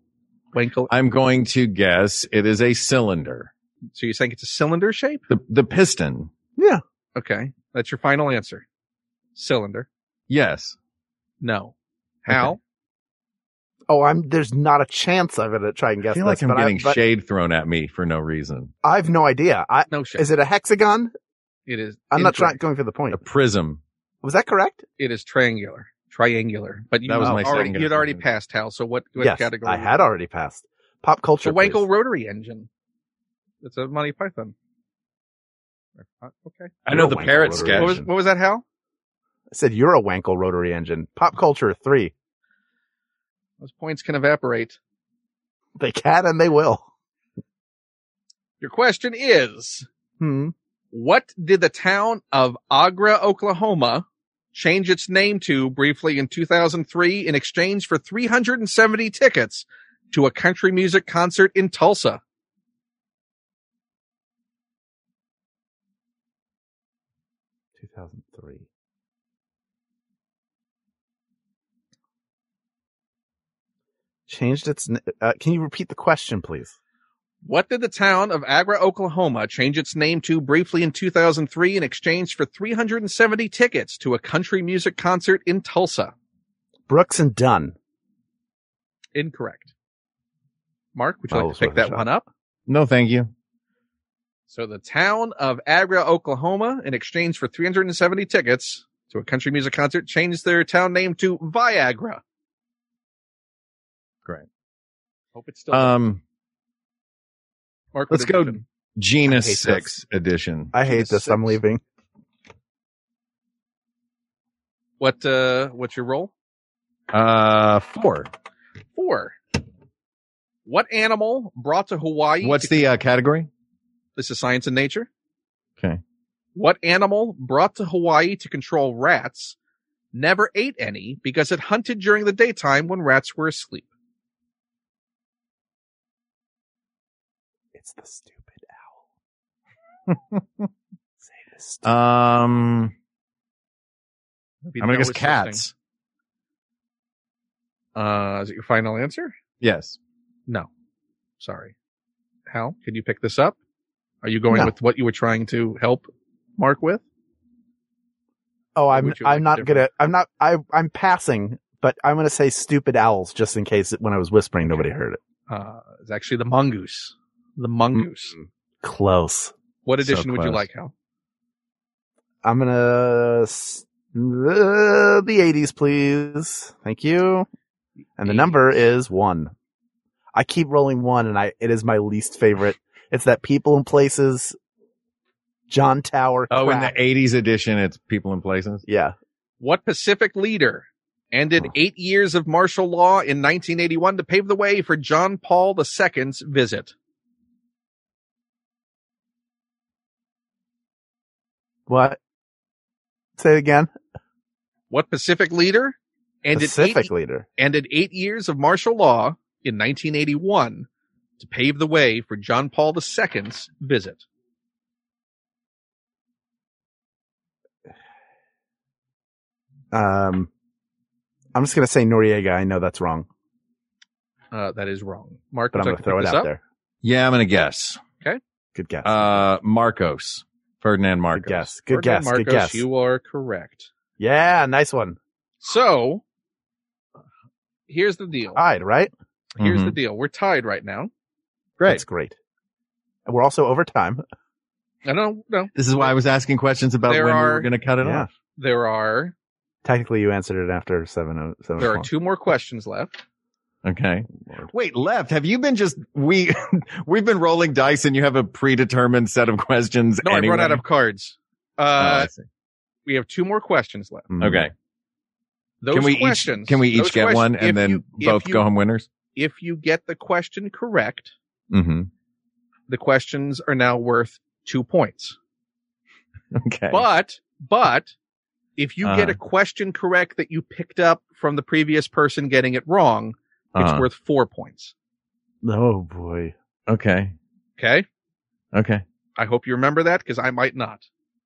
Speaker 4: Wankel.
Speaker 2: I'm going to guess it is a cylinder.
Speaker 4: So you're saying it's a cylinder shape?
Speaker 2: The the piston.
Speaker 4: Okay. That's your final answer. Cylinder.
Speaker 2: Yes.
Speaker 4: No. How?
Speaker 3: Oh, I'm. There's not a chance I'm gonna try and guess
Speaker 2: I feel like
Speaker 3: this.
Speaker 2: I'm
Speaker 3: but
Speaker 2: getting
Speaker 3: I, but
Speaker 2: shade thrown at me for no reason.
Speaker 3: I've no idea. I,
Speaker 4: No shape.
Speaker 3: is it a hexagon?
Speaker 4: it is.
Speaker 3: I'm not trying
Speaker 4: incorrect.
Speaker 3: going for the point.
Speaker 2: A prism.
Speaker 3: Was that correct?
Speaker 4: It is triangular. Triangular. But you
Speaker 2: That was my
Speaker 4: already,
Speaker 2: second
Speaker 4: you'd already
Speaker 2: guess.
Speaker 4: passed, Hal. So what, what
Speaker 3: yes,
Speaker 4: category?
Speaker 3: I had already passed. Pop culture.
Speaker 4: The Wankel
Speaker 3: please.
Speaker 4: rotary engine. It's a Monty Python. Uh, Okay.
Speaker 2: I know the
Speaker 3: Wankel
Speaker 2: parrot
Speaker 3: rotary
Speaker 2: sketch.
Speaker 4: What was,
Speaker 2: Engine.
Speaker 4: what was that, Hal?
Speaker 3: I said you're a Wankel rotary engine. Pop culture three.
Speaker 4: Those points can evaporate.
Speaker 3: They can and they will.
Speaker 4: Your question is,
Speaker 3: Hmm.
Speaker 4: what did the town of Agra, Oklahoma change its name to briefly in 2003 in exchange for 370 tickets to a country music concert in Tulsa?
Speaker 3: Two thousand three. Changed its. n- Uh, can you repeat the question, please?
Speaker 4: What did the town of Agra, Oklahoma change its name to briefly in 2003 in exchange for 370 tickets to a country music concert in Tulsa?
Speaker 3: Brooks and Dunn.
Speaker 4: Incorrect. Mark, would you
Speaker 3: I
Speaker 2: Oh,
Speaker 4: like to
Speaker 3: also
Speaker 4: pick
Speaker 3: have a
Speaker 4: that
Speaker 3: shot.
Speaker 4: one up?
Speaker 2: No, thank you.
Speaker 4: So the town of Agra, Oklahoma, in exchange for 370 tickets to a country music concert, changed their town name to Viagra.
Speaker 2: Great.
Speaker 4: Hope it's still
Speaker 2: Um,
Speaker 4: Mark.
Speaker 2: let's
Speaker 4: what did
Speaker 2: go
Speaker 4: you do?
Speaker 3: I hate
Speaker 2: genus six edition.
Speaker 3: I hate
Speaker 4: It's
Speaker 3: this. I'm
Speaker 4: six.
Speaker 3: leaving.
Speaker 4: What uh, what's your role?
Speaker 2: Uh, four.
Speaker 4: Four. What animal brought to Hawaii?
Speaker 2: What's
Speaker 4: to-
Speaker 2: the uh, category?
Speaker 4: This is science and nature.
Speaker 2: Okay.
Speaker 4: What animal brought to Hawaii to control rats never ate any because it hunted during the daytime when rats were asleep?
Speaker 5: It's the stupid owl. Say the stupid
Speaker 2: Um,
Speaker 4: If you
Speaker 2: I'm gonna
Speaker 4: know
Speaker 2: guess
Speaker 4: it's
Speaker 2: cats.
Speaker 4: something- Uh, is it your final answer?
Speaker 2: Yes.
Speaker 4: No. Sorry. Hal, can you pick this up? Are you going
Speaker 3: No.
Speaker 4: with what you were trying to help Mark with?
Speaker 3: Oh, I'm
Speaker 4: would you
Speaker 3: I'm
Speaker 4: like
Speaker 3: not gonna
Speaker 4: different?
Speaker 3: I'm not I I'm passing, but I'm gonna say stupid owls just in case it, when I was whispering nobody heard it.
Speaker 4: Uh, it's actually the mongoose. The mongoose.
Speaker 3: Close.
Speaker 4: What
Speaker 2: So
Speaker 4: edition would you
Speaker 2: close.
Speaker 4: like, Hal?
Speaker 3: I'm gonna s- uh, the 80s, please. Thank you. And the number is one. I keep rolling one, and I it is my least favorite. It's that people and places. John Tower.
Speaker 2: Oh, in
Speaker 3: crap.
Speaker 2: the 80s edition, it's people and places.
Speaker 3: yeah.
Speaker 4: What Pacific leader ended
Speaker 3: Hmm.
Speaker 4: eight years of martial law in 1981 to pave the way for John Paul II's visit?
Speaker 3: What? Say it again.
Speaker 4: What Pacific leader ended,
Speaker 3: Pacific
Speaker 4: eight,
Speaker 3: leader.
Speaker 4: ended eight years of martial law in 1981 to pave the way for John Paul II's visit?
Speaker 3: Um, I'm just gonna say Noriega. I know that's wrong,
Speaker 4: Uh, that is wrong. Mark,
Speaker 3: but I'm
Speaker 4: would you like
Speaker 3: gonna
Speaker 4: to
Speaker 3: throw
Speaker 4: pick
Speaker 3: it
Speaker 4: this
Speaker 3: out
Speaker 4: up?
Speaker 3: there.
Speaker 2: Yeah, I'm going to guess.
Speaker 3: Good guess.
Speaker 2: Uh, Marcos. Ferdinand
Speaker 3: good
Speaker 2: Marcos.
Speaker 3: guess. Good
Speaker 4: Ferdinand
Speaker 3: guess.
Speaker 4: Marcos,
Speaker 3: good guess.
Speaker 4: You are correct.
Speaker 3: Yeah, nice one.
Speaker 4: So here's the deal.
Speaker 3: Tied, right?
Speaker 4: Here's
Speaker 2: Mhm.
Speaker 3: Mm-hmm.
Speaker 4: the deal. We're tied right now.
Speaker 2: Great.
Speaker 3: That's great. And we're also over time.
Speaker 4: I don't know.
Speaker 2: This is why I was asking questions about
Speaker 4: There
Speaker 2: when we
Speaker 4: are-
Speaker 2: were going to cut it
Speaker 3: Yeah.
Speaker 2: off.
Speaker 4: There are
Speaker 3: Technically, you answered it after seven. oh- seven
Speaker 4: there are
Speaker 3: o'clock.
Speaker 4: two more questions left.
Speaker 2: Okay. Wait, left. Have you been just we we've been rolling dice and you have a predetermined set of questions?
Speaker 4: No, I
Speaker 2: anyway?
Speaker 4: run out of cards.
Speaker 2: Oh, I
Speaker 4: Uh,
Speaker 2: see.
Speaker 4: we have two more questions left.
Speaker 3: Mm.
Speaker 2: okay.
Speaker 4: Those
Speaker 2: can we
Speaker 4: questions.
Speaker 2: each can we
Speaker 4: those
Speaker 2: each get
Speaker 4: questions-
Speaker 2: one
Speaker 4: if
Speaker 2: and then
Speaker 4: you- if
Speaker 2: both
Speaker 4: you-
Speaker 2: go home winners?
Speaker 4: If you get the question correct,
Speaker 2: Mm-hmm.
Speaker 4: the questions are now worth two points.
Speaker 2: Okay.
Speaker 4: But but if you get
Speaker 2: Uh-huh.
Speaker 4: a question correct that you picked up from the previous person getting it wrong, it's
Speaker 2: Uh,
Speaker 4: worth four points.
Speaker 3: Oh boy.
Speaker 2: okay.
Speaker 4: Okay.
Speaker 2: Okay.
Speaker 4: I hope you remember that because I might not.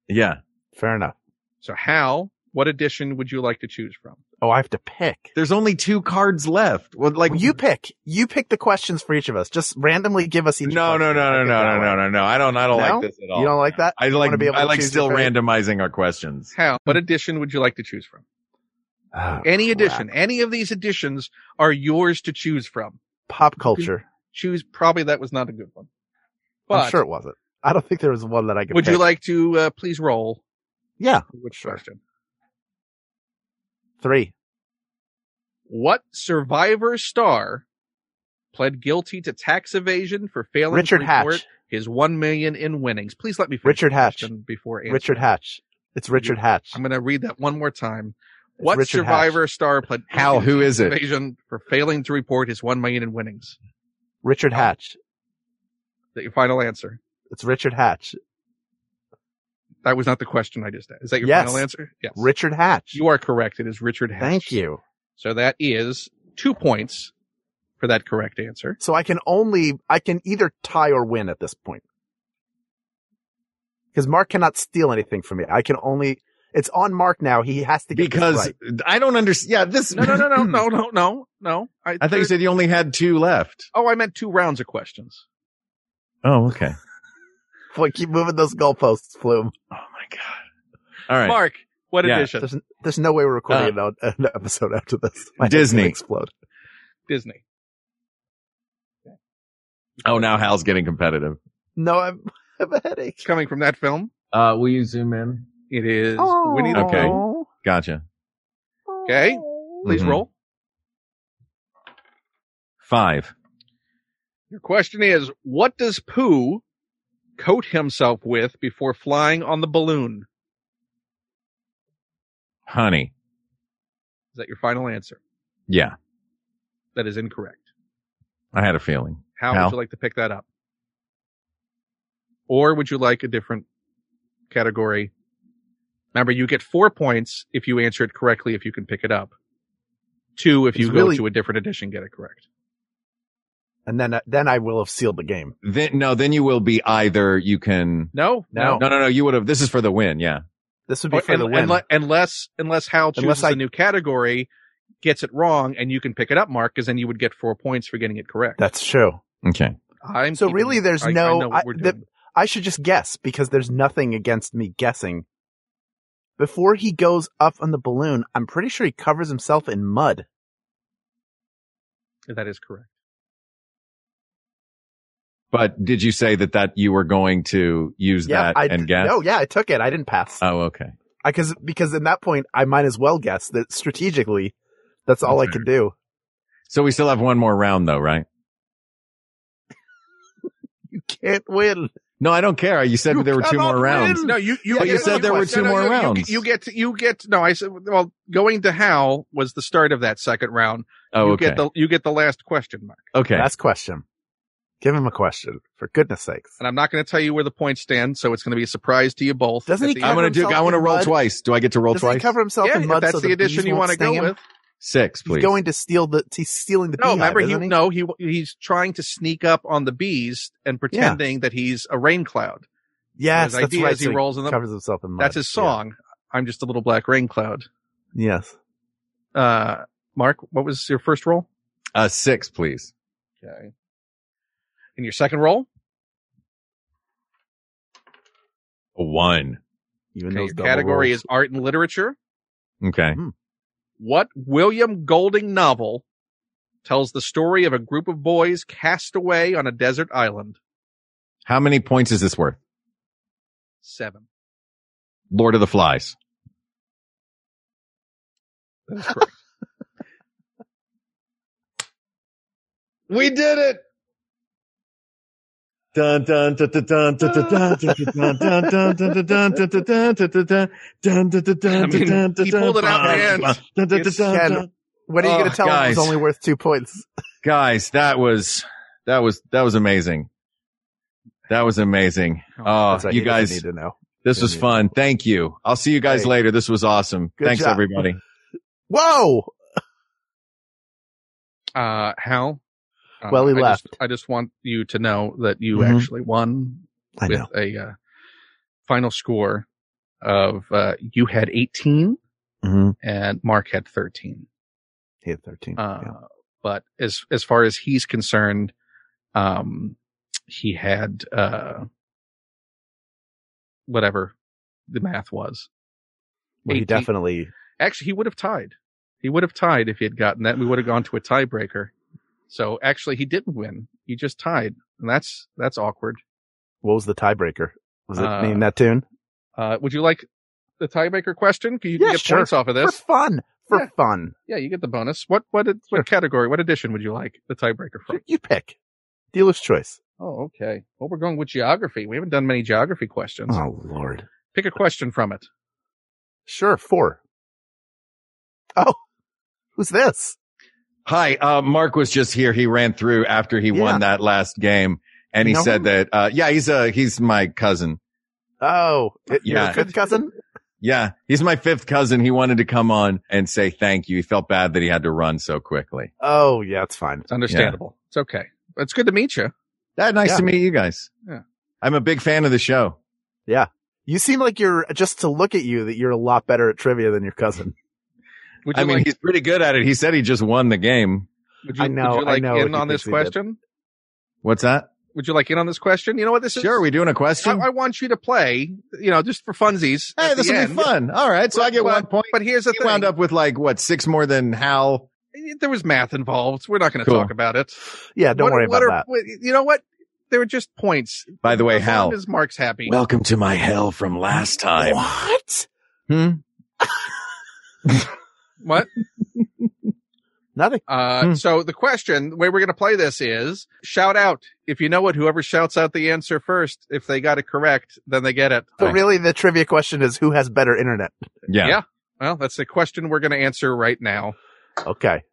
Speaker 2: Yeah.
Speaker 3: Fair enough.
Speaker 4: So Hal, what edition would you like to choose from?
Speaker 3: Oh, I have to pick.
Speaker 2: There's only two cards left. Well, like
Speaker 3: Well, you pick. You pick the questions for each of us. Just randomly give us each.
Speaker 2: No, no, no,
Speaker 3: question. I
Speaker 2: no, no,
Speaker 3: think that
Speaker 2: no,
Speaker 3: way.
Speaker 2: no, no, no. I don't. I don't
Speaker 3: No?
Speaker 2: like this at all.
Speaker 3: You don't like that?
Speaker 2: I like.
Speaker 3: wanna be able
Speaker 2: I
Speaker 3: to
Speaker 2: like
Speaker 3: choose
Speaker 2: still
Speaker 3: your favorite?
Speaker 2: randomizing our questions.
Speaker 4: Hal, what edition would you like to choose from?
Speaker 3: Oh,
Speaker 4: Any
Speaker 3: crap.
Speaker 4: edition, any of these editions are yours to choose from.
Speaker 3: Pop culture.
Speaker 4: Choose probably that was not a good one. But
Speaker 3: I'm sure it wasn't. I don't think there was one that I could.
Speaker 4: would you
Speaker 3: pick.
Speaker 4: like to uh, please roll
Speaker 3: Yeah.
Speaker 4: which
Speaker 3: Sure.
Speaker 4: question?
Speaker 3: Three.
Speaker 4: What survivor star pled guilty to tax evasion for failing
Speaker 3: Richard
Speaker 4: to
Speaker 3: Hatch.
Speaker 4: report his one million in winnings? Please let me finish
Speaker 3: Richard
Speaker 4: the
Speaker 3: Hatch.
Speaker 4: question before answering.
Speaker 3: Richard Hatch. It's Richard Hatch.
Speaker 4: I'm going to read that one more time.
Speaker 3: It's
Speaker 4: What
Speaker 3: Richard
Speaker 4: survivor star pled guilty
Speaker 2: Hal,
Speaker 4: to
Speaker 2: who is it?
Speaker 4: evasion for failing to report his one million in winnings?
Speaker 3: Richard Hatch.
Speaker 4: That your final answer.
Speaker 3: It's Richard Hatch.
Speaker 4: That was not the question I just asked. Is that your
Speaker 3: Yes.
Speaker 4: final answer? Yes.
Speaker 3: Richard Hatch.
Speaker 4: You are correct. It is Richard Hatch.
Speaker 3: Thank you.
Speaker 4: So that is two points for that correct answer.
Speaker 3: So I can only I can either tie or win at this point. Because Mark cannot steal anything from me. I can only it's on Mark now. He has to get this
Speaker 2: Because
Speaker 3: right.
Speaker 2: I don't understand. Yeah, this.
Speaker 4: No, no, no, no, no, no, no, no. I,
Speaker 2: I thought you said you only had two left.
Speaker 4: Oh, I meant two rounds of questions.
Speaker 2: Oh, okay.
Speaker 3: Boy, keep moving those goalposts, Flume.
Speaker 2: Oh my god. All right.
Speaker 4: Mark, what
Speaker 2: Yeah.
Speaker 4: edition?
Speaker 3: There's there's no way we're recording
Speaker 4: Uh,
Speaker 3: an, an episode after this. My head's
Speaker 2: Disney.
Speaker 3: gonna explode.
Speaker 4: Disney.
Speaker 2: Oh, now Hal's getting competitive.
Speaker 3: No, I'm, I have a headache.
Speaker 4: It's coming from that film.
Speaker 2: Uh, will you zoom in?
Speaker 4: It is
Speaker 3: Oh.
Speaker 4: Winnie the
Speaker 2: Okay.
Speaker 4: Pooh.
Speaker 2: Gotcha.
Speaker 4: Okay. Please
Speaker 3: Mm-hmm.
Speaker 2: Mhm.
Speaker 4: roll.
Speaker 2: Five.
Speaker 4: Your question is, what does Pooh coat himself with before flying on the balloon?
Speaker 2: Honey.
Speaker 4: Is that your final answer?
Speaker 2: Yeah,
Speaker 4: That is incorrect.
Speaker 2: I had a feeling.
Speaker 4: How
Speaker 2: Hal?
Speaker 4: would you like to pick that up? Or would you like a different category. Remember, you get four points if you answer it correctly, if you can pick it up. Two, if
Speaker 3: It's
Speaker 4: you
Speaker 3: really-
Speaker 4: go to a different edition, get it correct.
Speaker 3: and then then I will have sealed the game.
Speaker 2: Then no, then you will be either you can.
Speaker 4: No,
Speaker 3: No.
Speaker 2: No, no, no. You would have. This is for the win. Yeah.
Speaker 3: This would be
Speaker 4: Or-
Speaker 3: for the
Speaker 4: un-
Speaker 3: win.
Speaker 4: unle- unless unless Hal chooses
Speaker 3: Unless I-
Speaker 4: a new category, gets it wrong, and you can pick it up, Mark, because then you would get four points for getting it correct.
Speaker 3: That's true.
Speaker 2: Okay.
Speaker 4: I'm
Speaker 3: So
Speaker 4: keeping-
Speaker 3: really there's
Speaker 4: I- I
Speaker 3: no-
Speaker 4: know what
Speaker 3: I-
Speaker 4: we're
Speaker 3: the-
Speaker 4: doing.
Speaker 3: I should just guess because there's nothing against me guessing. Before he goes up on the balloon, I'm pretty sure he covers himself in mud.
Speaker 4: that is correct.
Speaker 2: But did you say that that you were going to use that
Speaker 3: I,
Speaker 2: and guess?
Speaker 3: No, yeah, I took it. I didn't pass.
Speaker 2: Oh, okay.
Speaker 3: I cause, because at that point, I might as well guess that strategically, that's all I could do.
Speaker 2: So we still have one more round, though, right?
Speaker 3: You can't win.
Speaker 2: No, I don't care. You said
Speaker 3: You
Speaker 2: there were two
Speaker 3: cannot
Speaker 2: more rounds.
Speaker 3: win.
Speaker 4: No, you you,
Speaker 2: But you
Speaker 4: get-
Speaker 2: said there were two
Speaker 4: no, no,
Speaker 2: more
Speaker 4: you- you-
Speaker 2: rounds.
Speaker 4: You, get to, you get no. I said well, going to Hal was the start of that second round.
Speaker 2: Oh,
Speaker 4: you
Speaker 2: okay.
Speaker 4: get the you get the last question mark,
Speaker 2: okay.
Speaker 3: Last question. Give him a question, for goodness sakes.
Speaker 4: and I'm not going to tell you where the points stand, so it's going to be a surprise to you both.
Speaker 3: Doesn't
Speaker 4: at
Speaker 3: he
Speaker 4: the
Speaker 2: I'm
Speaker 4: end.
Speaker 3: cover
Speaker 2: gonna do.
Speaker 3: himself
Speaker 2: I want to
Speaker 3: in
Speaker 2: roll
Speaker 3: mud?
Speaker 2: twice. Do I get to roll
Speaker 3: Does he
Speaker 2: twice?
Speaker 3: cover himself
Speaker 4: Yeah,
Speaker 3: in
Speaker 4: if
Speaker 3: mud
Speaker 4: that's
Speaker 3: so
Speaker 4: the
Speaker 3: the
Speaker 4: edition
Speaker 3: bees
Speaker 4: you
Speaker 3: won't
Speaker 4: want to go
Speaker 3: sting him?
Speaker 4: with.
Speaker 2: Six,
Speaker 3: He's
Speaker 2: please.
Speaker 3: going to steal the, he's stealing the
Speaker 4: No,
Speaker 3: beehive,
Speaker 4: remember he,
Speaker 3: isn't he?
Speaker 4: no he he's trying to sneak up on the bees and pretending that he's a rain cloud.
Speaker 3: Yes,
Speaker 4: His
Speaker 3: that's
Speaker 4: idea
Speaker 3: right.
Speaker 4: is he
Speaker 3: so
Speaker 4: rolls in the-
Speaker 3: covers himself in mud.
Speaker 4: That's his song. I'm just a little black rain cloud.
Speaker 3: Yeah. Yes.
Speaker 4: Uh, Mark, what was your first roll?
Speaker 2: Uh, six, please.
Speaker 4: Okay. And your second roll?
Speaker 2: One.
Speaker 3: Even
Speaker 4: Okay,
Speaker 3: those
Speaker 4: your
Speaker 3: double
Speaker 4: category
Speaker 3: rolls.
Speaker 4: is art and literature.
Speaker 2: Okay.
Speaker 4: What William Golding novel tells the story of a group of boys cast away on a desert island?
Speaker 2: How many points is this worth?
Speaker 4: Seven.
Speaker 2: Lord of the Flies.
Speaker 4: That is correct.
Speaker 2: We did it. Dun dun dun dun dun dun dun dun dun dun dun dun dun dun dun dun dun
Speaker 4: I mean, he pulled it out in the end.
Speaker 3: Ken, What are you
Speaker 2: Oh,
Speaker 3: going to tell him? It
Speaker 2: guys.
Speaker 3: was only worth two points.
Speaker 2: Guys, that was that was that was amazing. That was amazing. Oh,
Speaker 3: That's what
Speaker 2: you
Speaker 3: he doesn't
Speaker 2: guys,
Speaker 3: need to know.
Speaker 2: this was fun. Thank you. I'll see you guys
Speaker 3: Hey.
Speaker 2: later. This was awesome.
Speaker 3: Good
Speaker 2: Thanks
Speaker 3: job.
Speaker 2: everybody.
Speaker 3: Whoa!
Speaker 4: Uh, Hal? uh,
Speaker 3: Well, he
Speaker 4: I just-
Speaker 3: left.
Speaker 4: I just want you to know that you
Speaker 3: Mhm.
Speaker 4: actually won
Speaker 3: I
Speaker 4: with
Speaker 3: know.
Speaker 4: a uh, final score of uh, you had 18
Speaker 3: Mm-hmm.
Speaker 4: and Mark had 13.
Speaker 3: He had thirteen.
Speaker 4: Uh,
Speaker 3: yeah.
Speaker 4: But as as far as he's concerned, um, he had uh, whatever the math was.
Speaker 3: Well, he
Speaker 4: 18
Speaker 3: definitely.
Speaker 4: Actually, he would have tied. He would have tied if he had gotten that. We would have gone to a tiebreaker. So actually, he didn't win. He just tied, and that's that's awkward.
Speaker 3: What was the tiebreaker? Was it
Speaker 4: Uh,
Speaker 3: name that tune
Speaker 4: Uh, would you like the tiebreaker question? You
Speaker 3: Yeah,
Speaker 4: get
Speaker 3: sure.
Speaker 4: points off of
Speaker 3: for
Speaker 4: this.
Speaker 3: fun? For
Speaker 4: Yeah.
Speaker 3: fun,
Speaker 4: Yeah, you get the bonus. What what what category? What edition would you like the tiebreaker from?
Speaker 3: you pick. Dealer's choice.
Speaker 4: Oh, okay. Well, we're going with geography. We haven't done many geography questions.
Speaker 3: Oh lord.
Speaker 4: Pick a question from it.
Speaker 3: Sure, four. Oh, who's this?
Speaker 2: Hi, uh, Mark was just here. He ran through after he
Speaker 3: Yeah.
Speaker 2: won that last game and he
Speaker 3: You know
Speaker 2: said
Speaker 3: him?
Speaker 2: that, uh, yeah, he's a, he's my cousin.
Speaker 3: Oh, it,
Speaker 2: Yeah.
Speaker 3: your fifth cousin.
Speaker 2: Yeah, he's my fifth cousin. He wanted to come on and say thank you. He felt bad that he had to run so quickly.
Speaker 3: Oh, yeah, it's fine.
Speaker 4: It's understandable. It's okay. It's good to meet you.
Speaker 2: That nice
Speaker 3: Yeah.
Speaker 2: to meet you guys.
Speaker 4: Yeah.
Speaker 2: I'm a big fan of the show.
Speaker 3: You seem like you're just to look at you that you're a lot better at trivia than your cousin.
Speaker 4: Would you
Speaker 2: I mean,
Speaker 4: like,
Speaker 2: he's pretty good at it. He said he just won the game.
Speaker 4: would you,
Speaker 3: I
Speaker 4: would
Speaker 3: know,
Speaker 4: you
Speaker 3: I
Speaker 4: like
Speaker 3: know
Speaker 4: in
Speaker 3: what
Speaker 4: on
Speaker 3: he
Speaker 4: this
Speaker 3: thinks we did.
Speaker 4: question?
Speaker 2: What's that?
Speaker 4: Would you like in on this question? You know what this is?
Speaker 2: Sure, are we doing a
Speaker 4: I,
Speaker 2: question?
Speaker 4: I want you to play. You know, just for funsies.
Speaker 2: hey,
Speaker 4: at
Speaker 2: this
Speaker 4: the
Speaker 2: will
Speaker 4: end.
Speaker 2: be fun. All right, so I get
Speaker 4: Well,
Speaker 2: one point.
Speaker 4: But here's the
Speaker 2: He
Speaker 4: thing.
Speaker 2: wound up with like what six more than Hal.
Speaker 4: There was math involved. We're not going to
Speaker 2: Cool.
Speaker 4: talk about it.
Speaker 3: Yeah, don't
Speaker 4: What-
Speaker 3: worry
Speaker 4: what
Speaker 3: about that.
Speaker 4: are- what- you know what? They were just points.
Speaker 2: By the way,
Speaker 4: As long
Speaker 2: Hal.
Speaker 4: as Mark's happy.
Speaker 6: Welcome to my hell from last time.
Speaker 3: What?
Speaker 2: Hmm?
Speaker 4: what?
Speaker 3: Nothing.
Speaker 4: Uh,
Speaker 2: Hmm.
Speaker 4: So the question, the way we're going to play this is shout out. If you know it, whoever shouts out the answer first, if they got it correct, then they get it.
Speaker 3: So
Speaker 2: Right.
Speaker 3: really, the trivia question is who has better internet?
Speaker 2: Yeah.
Speaker 4: Yeah. Well, that's the question we're going to answer right now.
Speaker 3: Okay.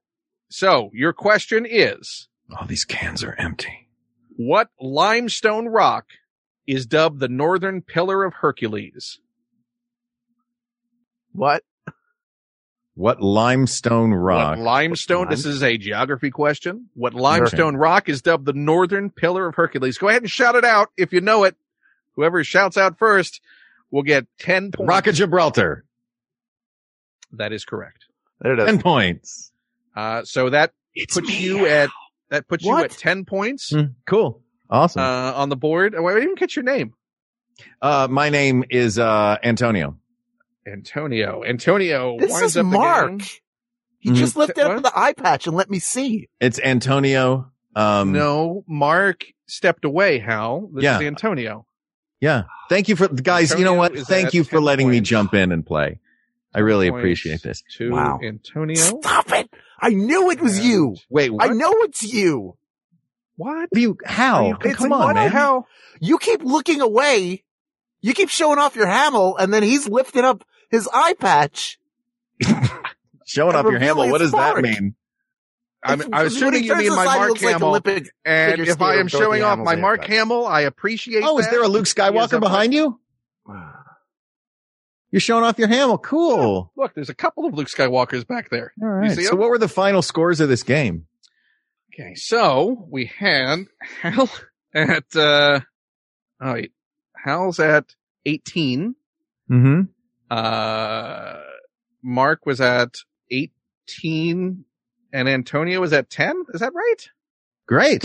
Speaker 4: So your question is
Speaker 6: All these cans are empty.
Speaker 4: what limestone rock is dubbed the Northern Pillar of Hercules.
Speaker 3: What?
Speaker 2: What limestone rock?
Speaker 4: What limestone? This is a geography question. What limestone rock is dubbed the Northern Pillar of Hercules? Go ahead and shout it out if you know it. Whoever shouts out first will get 10 points.
Speaker 2: rock of Gibraltar.
Speaker 4: That is correct.
Speaker 3: There it is.
Speaker 2: Ten points.
Speaker 4: Uh, so that puts you at, that puts you
Speaker 3: What?
Speaker 4: at 10 points,
Speaker 2: Hmm, cool. Awesome. Uh,
Speaker 4: uh, on the board. Oh, I didn't even catch your name.
Speaker 2: my name is uh, Antonio.
Speaker 4: Antonio. Antonio.
Speaker 3: This
Speaker 4: winds
Speaker 3: is
Speaker 4: up the
Speaker 3: Mark.
Speaker 4: game.
Speaker 3: He just lifted
Speaker 4: What?
Speaker 3: up the eye patch and let me see.
Speaker 2: It's Antonio. Um,
Speaker 4: No, Mark stepped away, Hal. This
Speaker 2: Yeah.
Speaker 4: is Antonio.
Speaker 2: Yeah. Thank you for guys. you know
Speaker 4: Antonio
Speaker 2: what?
Speaker 4: is at
Speaker 2: Thank you for
Speaker 4: 10
Speaker 2: letting me
Speaker 4: points.
Speaker 2: jump in and play. I really
Speaker 4: Points
Speaker 2: appreciate this.
Speaker 4: To
Speaker 3: Wow.
Speaker 4: Antonio.
Speaker 3: Stop it! I knew it was you.
Speaker 2: Wait,
Speaker 3: I know it's you.
Speaker 4: What?
Speaker 2: do you, how?
Speaker 3: It's
Speaker 2: Come
Speaker 3: a-
Speaker 2: on, man.
Speaker 4: How?
Speaker 3: You keep looking away. You keep showing off your Hamel, and then he's lifting up his eye patch.
Speaker 2: Showing off your
Speaker 3: Really
Speaker 2: handle. What does that
Speaker 3: spark.
Speaker 2: mean?
Speaker 4: I'm,
Speaker 3: It's-
Speaker 4: I'm
Speaker 3: when
Speaker 4: assuming
Speaker 3: he
Speaker 4: you
Speaker 3: turns
Speaker 4: mean my
Speaker 3: aside, he
Speaker 4: Mark
Speaker 3: looks like
Speaker 4: Hamill.
Speaker 3: Olympic-
Speaker 4: and
Speaker 3: figure
Speaker 4: if I
Speaker 3: skater
Speaker 4: am
Speaker 3: with both
Speaker 4: showing
Speaker 3: the
Speaker 4: off my
Speaker 3: Hamels in it,
Speaker 4: Mark
Speaker 3: but-
Speaker 4: Hamill, I appreciate.
Speaker 2: Oh, is
Speaker 4: that.
Speaker 2: there a Luke Skywalker
Speaker 4: up
Speaker 2: behind you? You're showing off your handle. Cool.
Speaker 4: Look, there's a couple of Luke Skywalkers back there.
Speaker 2: All right.
Speaker 4: see
Speaker 2: So
Speaker 4: him?
Speaker 2: what were the final scores of this game?
Speaker 4: Okay, so we had Hal at uh, oh, wait, Hal's at 18.
Speaker 2: Mm-hmm.
Speaker 4: Uh, Mark was at 18, and Antonio was at 10. Is that right?
Speaker 2: Great.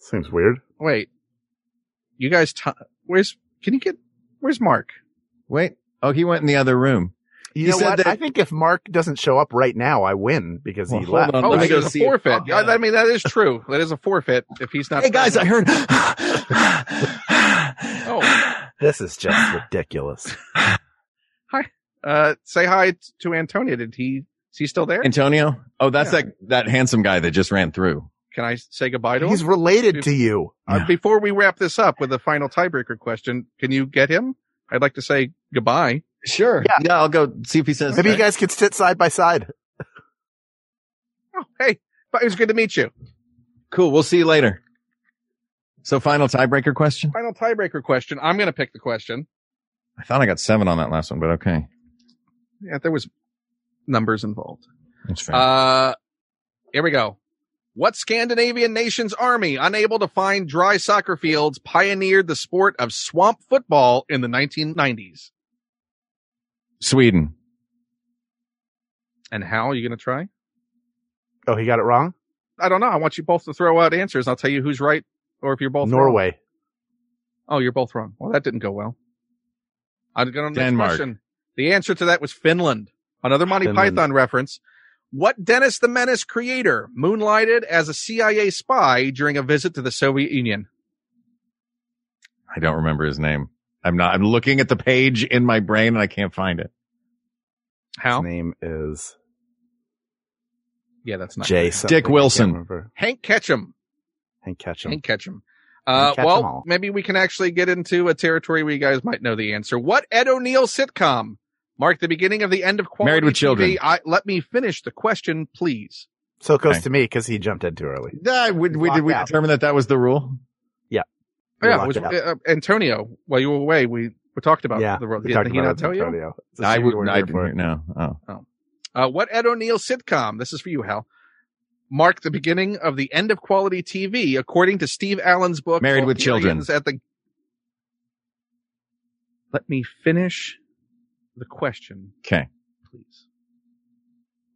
Speaker 3: Seems weird.
Speaker 4: Wait, you guys, t- where's? Can you get? Where's Mark?
Speaker 2: Wait. Oh, he went in the other room.
Speaker 3: You
Speaker 2: He
Speaker 3: know
Speaker 2: said
Speaker 3: what?
Speaker 2: that-
Speaker 3: I think if Mark doesn't show up right now, I win because
Speaker 2: Well,
Speaker 3: he
Speaker 2: hold
Speaker 3: left.
Speaker 2: on.
Speaker 4: Oh,
Speaker 2: Let me
Speaker 4: so
Speaker 2: go
Speaker 4: there's a
Speaker 2: see if-
Speaker 4: forfeit.
Speaker 2: Yeah.
Speaker 4: I mean, that is true. That is a forfeit if he's not.
Speaker 2: Hey guys, I
Speaker 4: present.
Speaker 2: heard. Oh.
Speaker 3: This is just ridiculous.
Speaker 4: Uh, say hi t- to Antonio. Did he? Is he still there?
Speaker 2: Antonio. Oh, that's
Speaker 4: Yeah.
Speaker 2: that that handsome guy that just ran through.
Speaker 4: Can I say goodbye to him?
Speaker 3: He's related to you.
Speaker 4: Uh, before we wrap this up with the final tiebreaker question, can you get him? I'd like to say goodbye.
Speaker 2: Sure. Yeah. I'll go see if he says.
Speaker 3: Maybe you guys could sit side by side.
Speaker 4: Oh, hey, but it was good to meet you.
Speaker 2: Cool. We'll see you later. So, final tiebreaker question.
Speaker 4: Final tiebreaker question. I'm going to pick the question.
Speaker 2: I thought I got seven on that last one, but okay.
Speaker 4: Yeah, there was numbers involved.
Speaker 2: That's fair.
Speaker 4: Uh, here we go. What Scandinavian nation's army, unable to find dry soccer fields, pioneered the sport of swamp football in the 1990s?
Speaker 2: Sweden.
Speaker 4: And how are you going to try?
Speaker 3: Oh, he got it wrong?
Speaker 4: I don't know. I want you both to throw out answers. I'll tell you who's right or if you're both wrong.
Speaker 3: Norway.
Speaker 4: Oh, you're both wrong. Well, that didn't go well. I'm going to
Speaker 2: Denmark.
Speaker 4: question. The answer to that was Finland. Another Monty
Speaker 3: Finland.
Speaker 4: Python reference. What Dennis the Menace creator moonlighted as a CIA spy during a visit to the Soviet Union?
Speaker 2: I don't remember his name. I'm not. I'm looking at the page in my brain and I can't find it.
Speaker 4: How?
Speaker 3: His name is
Speaker 4: Yeah, that's not
Speaker 3: Jay. something.
Speaker 2: Dick
Speaker 3: I can't
Speaker 2: Wilson.
Speaker 3: remember.
Speaker 4: Hank Ketchum.
Speaker 3: Hank Ketchum.
Speaker 4: Hank Ketchum. Uh,
Speaker 3: Hank Ketchum
Speaker 4: well,
Speaker 3: all.
Speaker 4: maybe we can actually get into a territory where you guys might know the answer. What Ed O'Neill sitcom marked the beginning of the end of quality
Speaker 2: Married with
Speaker 4: TV?
Speaker 2: Children.
Speaker 4: I, let me finish the question, please.
Speaker 3: So it goes
Speaker 2: Okay.
Speaker 3: to me because he jumped in too early.
Speaker 2: Ah, we- we- did we
Speaker 3: Locked out.
Speaker 2: determine that that was the rule?
Speaker 3: We
Speaker 4: yeah, it
Speaker 3: locked
Speaker 4: was,
Speaker 3: it up.
Speaker 4: uh, Antonio, while you were away, we, we talked about
Speaker 3: yeah.
Speaker 4: the road.
Speaker 3: we
Speaker 4: Did
Speaker 3: talked
Speaker 4: he
Speaker 3: about
Speaker 4: not
Speaker 3: it,
Speaker 4: tell you?
Speaker 3: Antonio. It's a
Speaker 2: I
Speaker 3: shame you
Speaker 2: would.
Speaker 3: weren't
Speaker 2: I
Speaker 3: here for
Speaker 2: didn't.
Speaker 3: it.
Speaker 2: No. Oh,
Speaker 4: Uh, what Ed O'Neill sitcom, this is for you, Hal, marked the beginning of the end of quality TV, according to Steve Allen's book,
Speaker 2: Married with
Speaker 4: Bulgarians At the... Let me finish the question,
Speaker 2: okay.
Speaker 4: please.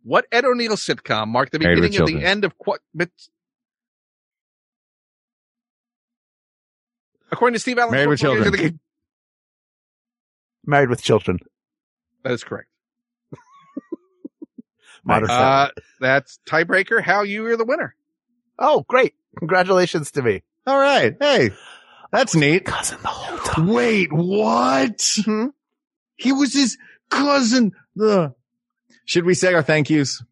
Speaker 4: What Ed O'Neill sitcom marked the
Speaker 2: Married with
Speaker 4: beginning of the
Speaker 2: Children.
Speaker 4: end of qua- but According to Steve Allen's
Speaker 2: Married
Speaker 4: book,
Speaker 2: with
Speaker 4: Bulgarians at
Speaker 2: Children.
Speaker 4: the-
Speaker 3: Married with Children.
Speaker 4: That is correct.
Speaker 3: Modern
Speaker 2: Nice.
Speaker 3: Family.
Speaker 4: Uh, that's tiebreaker. How you are the winner.
Speaker 3: oh, great. Congratulations to me.
Speaker 2: All right. Hey, that's neat.
Speaker 3: Cousin the whole time.
Speaker 2: Wait, what? He was his cousin. The should we say our thank yous?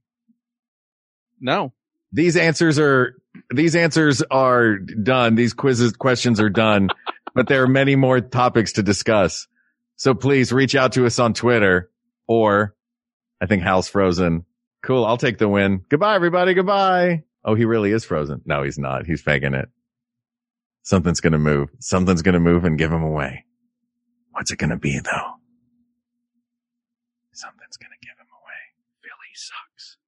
Speaker 4: No.
Speaker 2: These answers are these answers are done. These quizzes questions are done, but there are many more topics to discuss. So please reach out to us on Twitter or I think Hal's frozen. Cool. I'll take the win. Goodbye, everybody. Goodbye. Oh, he really is frozen. No, he's not. He's faking it. Something's going to move. Something's going to move and give him away. What's it going to be though? Something's going to give him away.
Speaker 4: Philly sucks.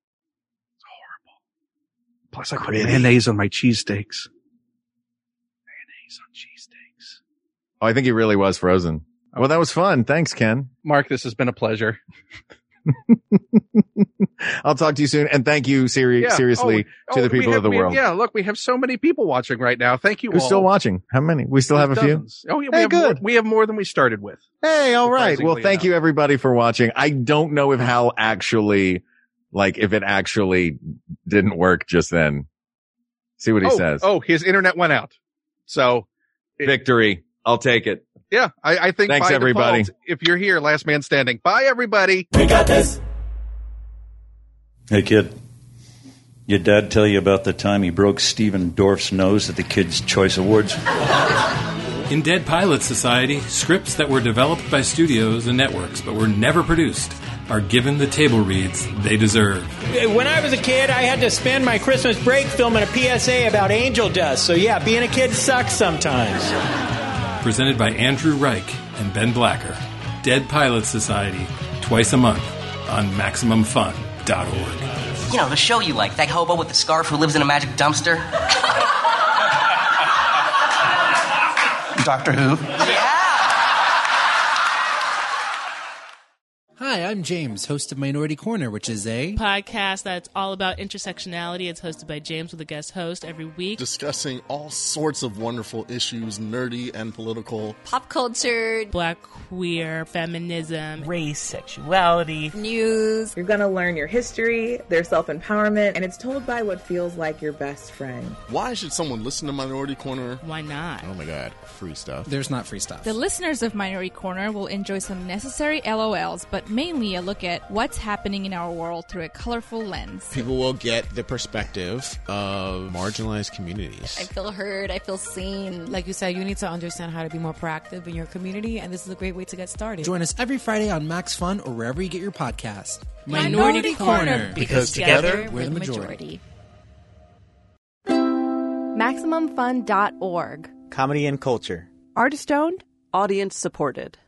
Speaker 4: It's horrible. Plus, I put mayonnaise on my cheesesteaks. Mayonnaise on cheesesteaks.
Speaker 2: Oh, I think he really was frozen. Well, that was fun. Thanks, Ken.
Speaker 4: Mark, this has been a pleasure.
Speaker 2: I'll talk to you soon. And thank you seri-
Speaker 4: Yeah.
Speaker 2: seriously
Speaker 4: Oh,
Speaker 2: to the
Speaker 4: we
Speaker 2: people
Speaker 4: have-
Speaker 2: of the
Speaker 4: we-
Speaker 2: world.
Speaker 4: Yeah, look, we have so many people watching right now. Thank you
Speaker 2: Who's
Speaker 4: all.
Speaker 2: still watching? How many? We still have a few?
Speaker 4: Dozens. Oh, yeah, we,
Speaker 2: Hey,
Speaker 4: have More,
Speaker 2: good.
Speaker 4: we have more than we started with.
Speaker 2: Hey, all right. Well,
Speaker 4: Surprisingly
Speaker 2: thank
Speaker 4: enough.
Speaker 2: you everybody for watching. I don't know if Hal actually, like, if it actually didn't work just then. See what he
Speaker 4: oh,
Speaker 2: says.
Speaker 4: oh, his internet went out. So,
Speaker 2: victory. I'll take it.
Speaker 4: yeah, I, I think
Speaker 2: Thanks,
Speaker 4: by
Speaker 2: everybody.
Speaker 4: default, if you're here, last man standing. Bye, everybody.
Speaker 7: We got this.
Speaker 8: Hey, kid. Your dad tell you about the time he broke Steven Dorff's nose at the Kids' Choice Awards?
Speaker 9: In Dead Pilot Society, scripts that were developed by studios and networks but were never produced are given the table reads they deserve.
Speaker 1: When I was a kid, I had to spend my Christmas break filming a PSA about angel dust. So yeah, being a kid sucks sometimes.
Speaker 9: Presented by Andrew Reich and Ben Blacker. Dead Pilot Society, twice a month on MaximumFun.org.
Speaker 10: You know, the show you like, that hobo with the scarf who lives in a magic dumpster.
Speaker 11: Doctor Who.
Speaker 10: Hi, I'm James, host of Minority Corner, which is a
Speaker 12: podcast that's all about intersectionality. It's hosted by James with a guest host every week.
Speaker 11: Discussing all sorts of wonderful issues, nerdy and political.
Speaker 12: Pop culture, black queer, feminism, race,
Speaker 10: sexuality.
Speaker 12: news.
Speaker 13: You're going to learn your history, their self empowerment, and it's told by what feels like your best friend.
Speaker 11: Why should someone listen to Minority Corner?
Speaker 12: Why not?
Speaker 11: Oh my god, free stuff.
Speaker 10: There's not free stuff.
Speaker 3: The listeners of Minority Corner will enjoy some necessary LOLs, but mainly a look at what's happening in our world through a colorful lens.
Speaker 14: People will get the perspective of marginalized communities.
Speaker 3: feel heard. I feel seen.
Speaker 15: Like you said, you need to understand how to be more proactive in your community, and this is a great way to get started.
Speaker 10: Join us every Friday on Max Fun or wherever you get your podcast.
Speaker 3: Minority
Speaker 15: Corner.
Speaker 3: Because
Speaker 15: together,
Speaker 10: we're the
Speaker 3: majority. MaximumFun.org.
Speaker 16: Comedy and culture.
Speaker 17: Artist owned, audience supported.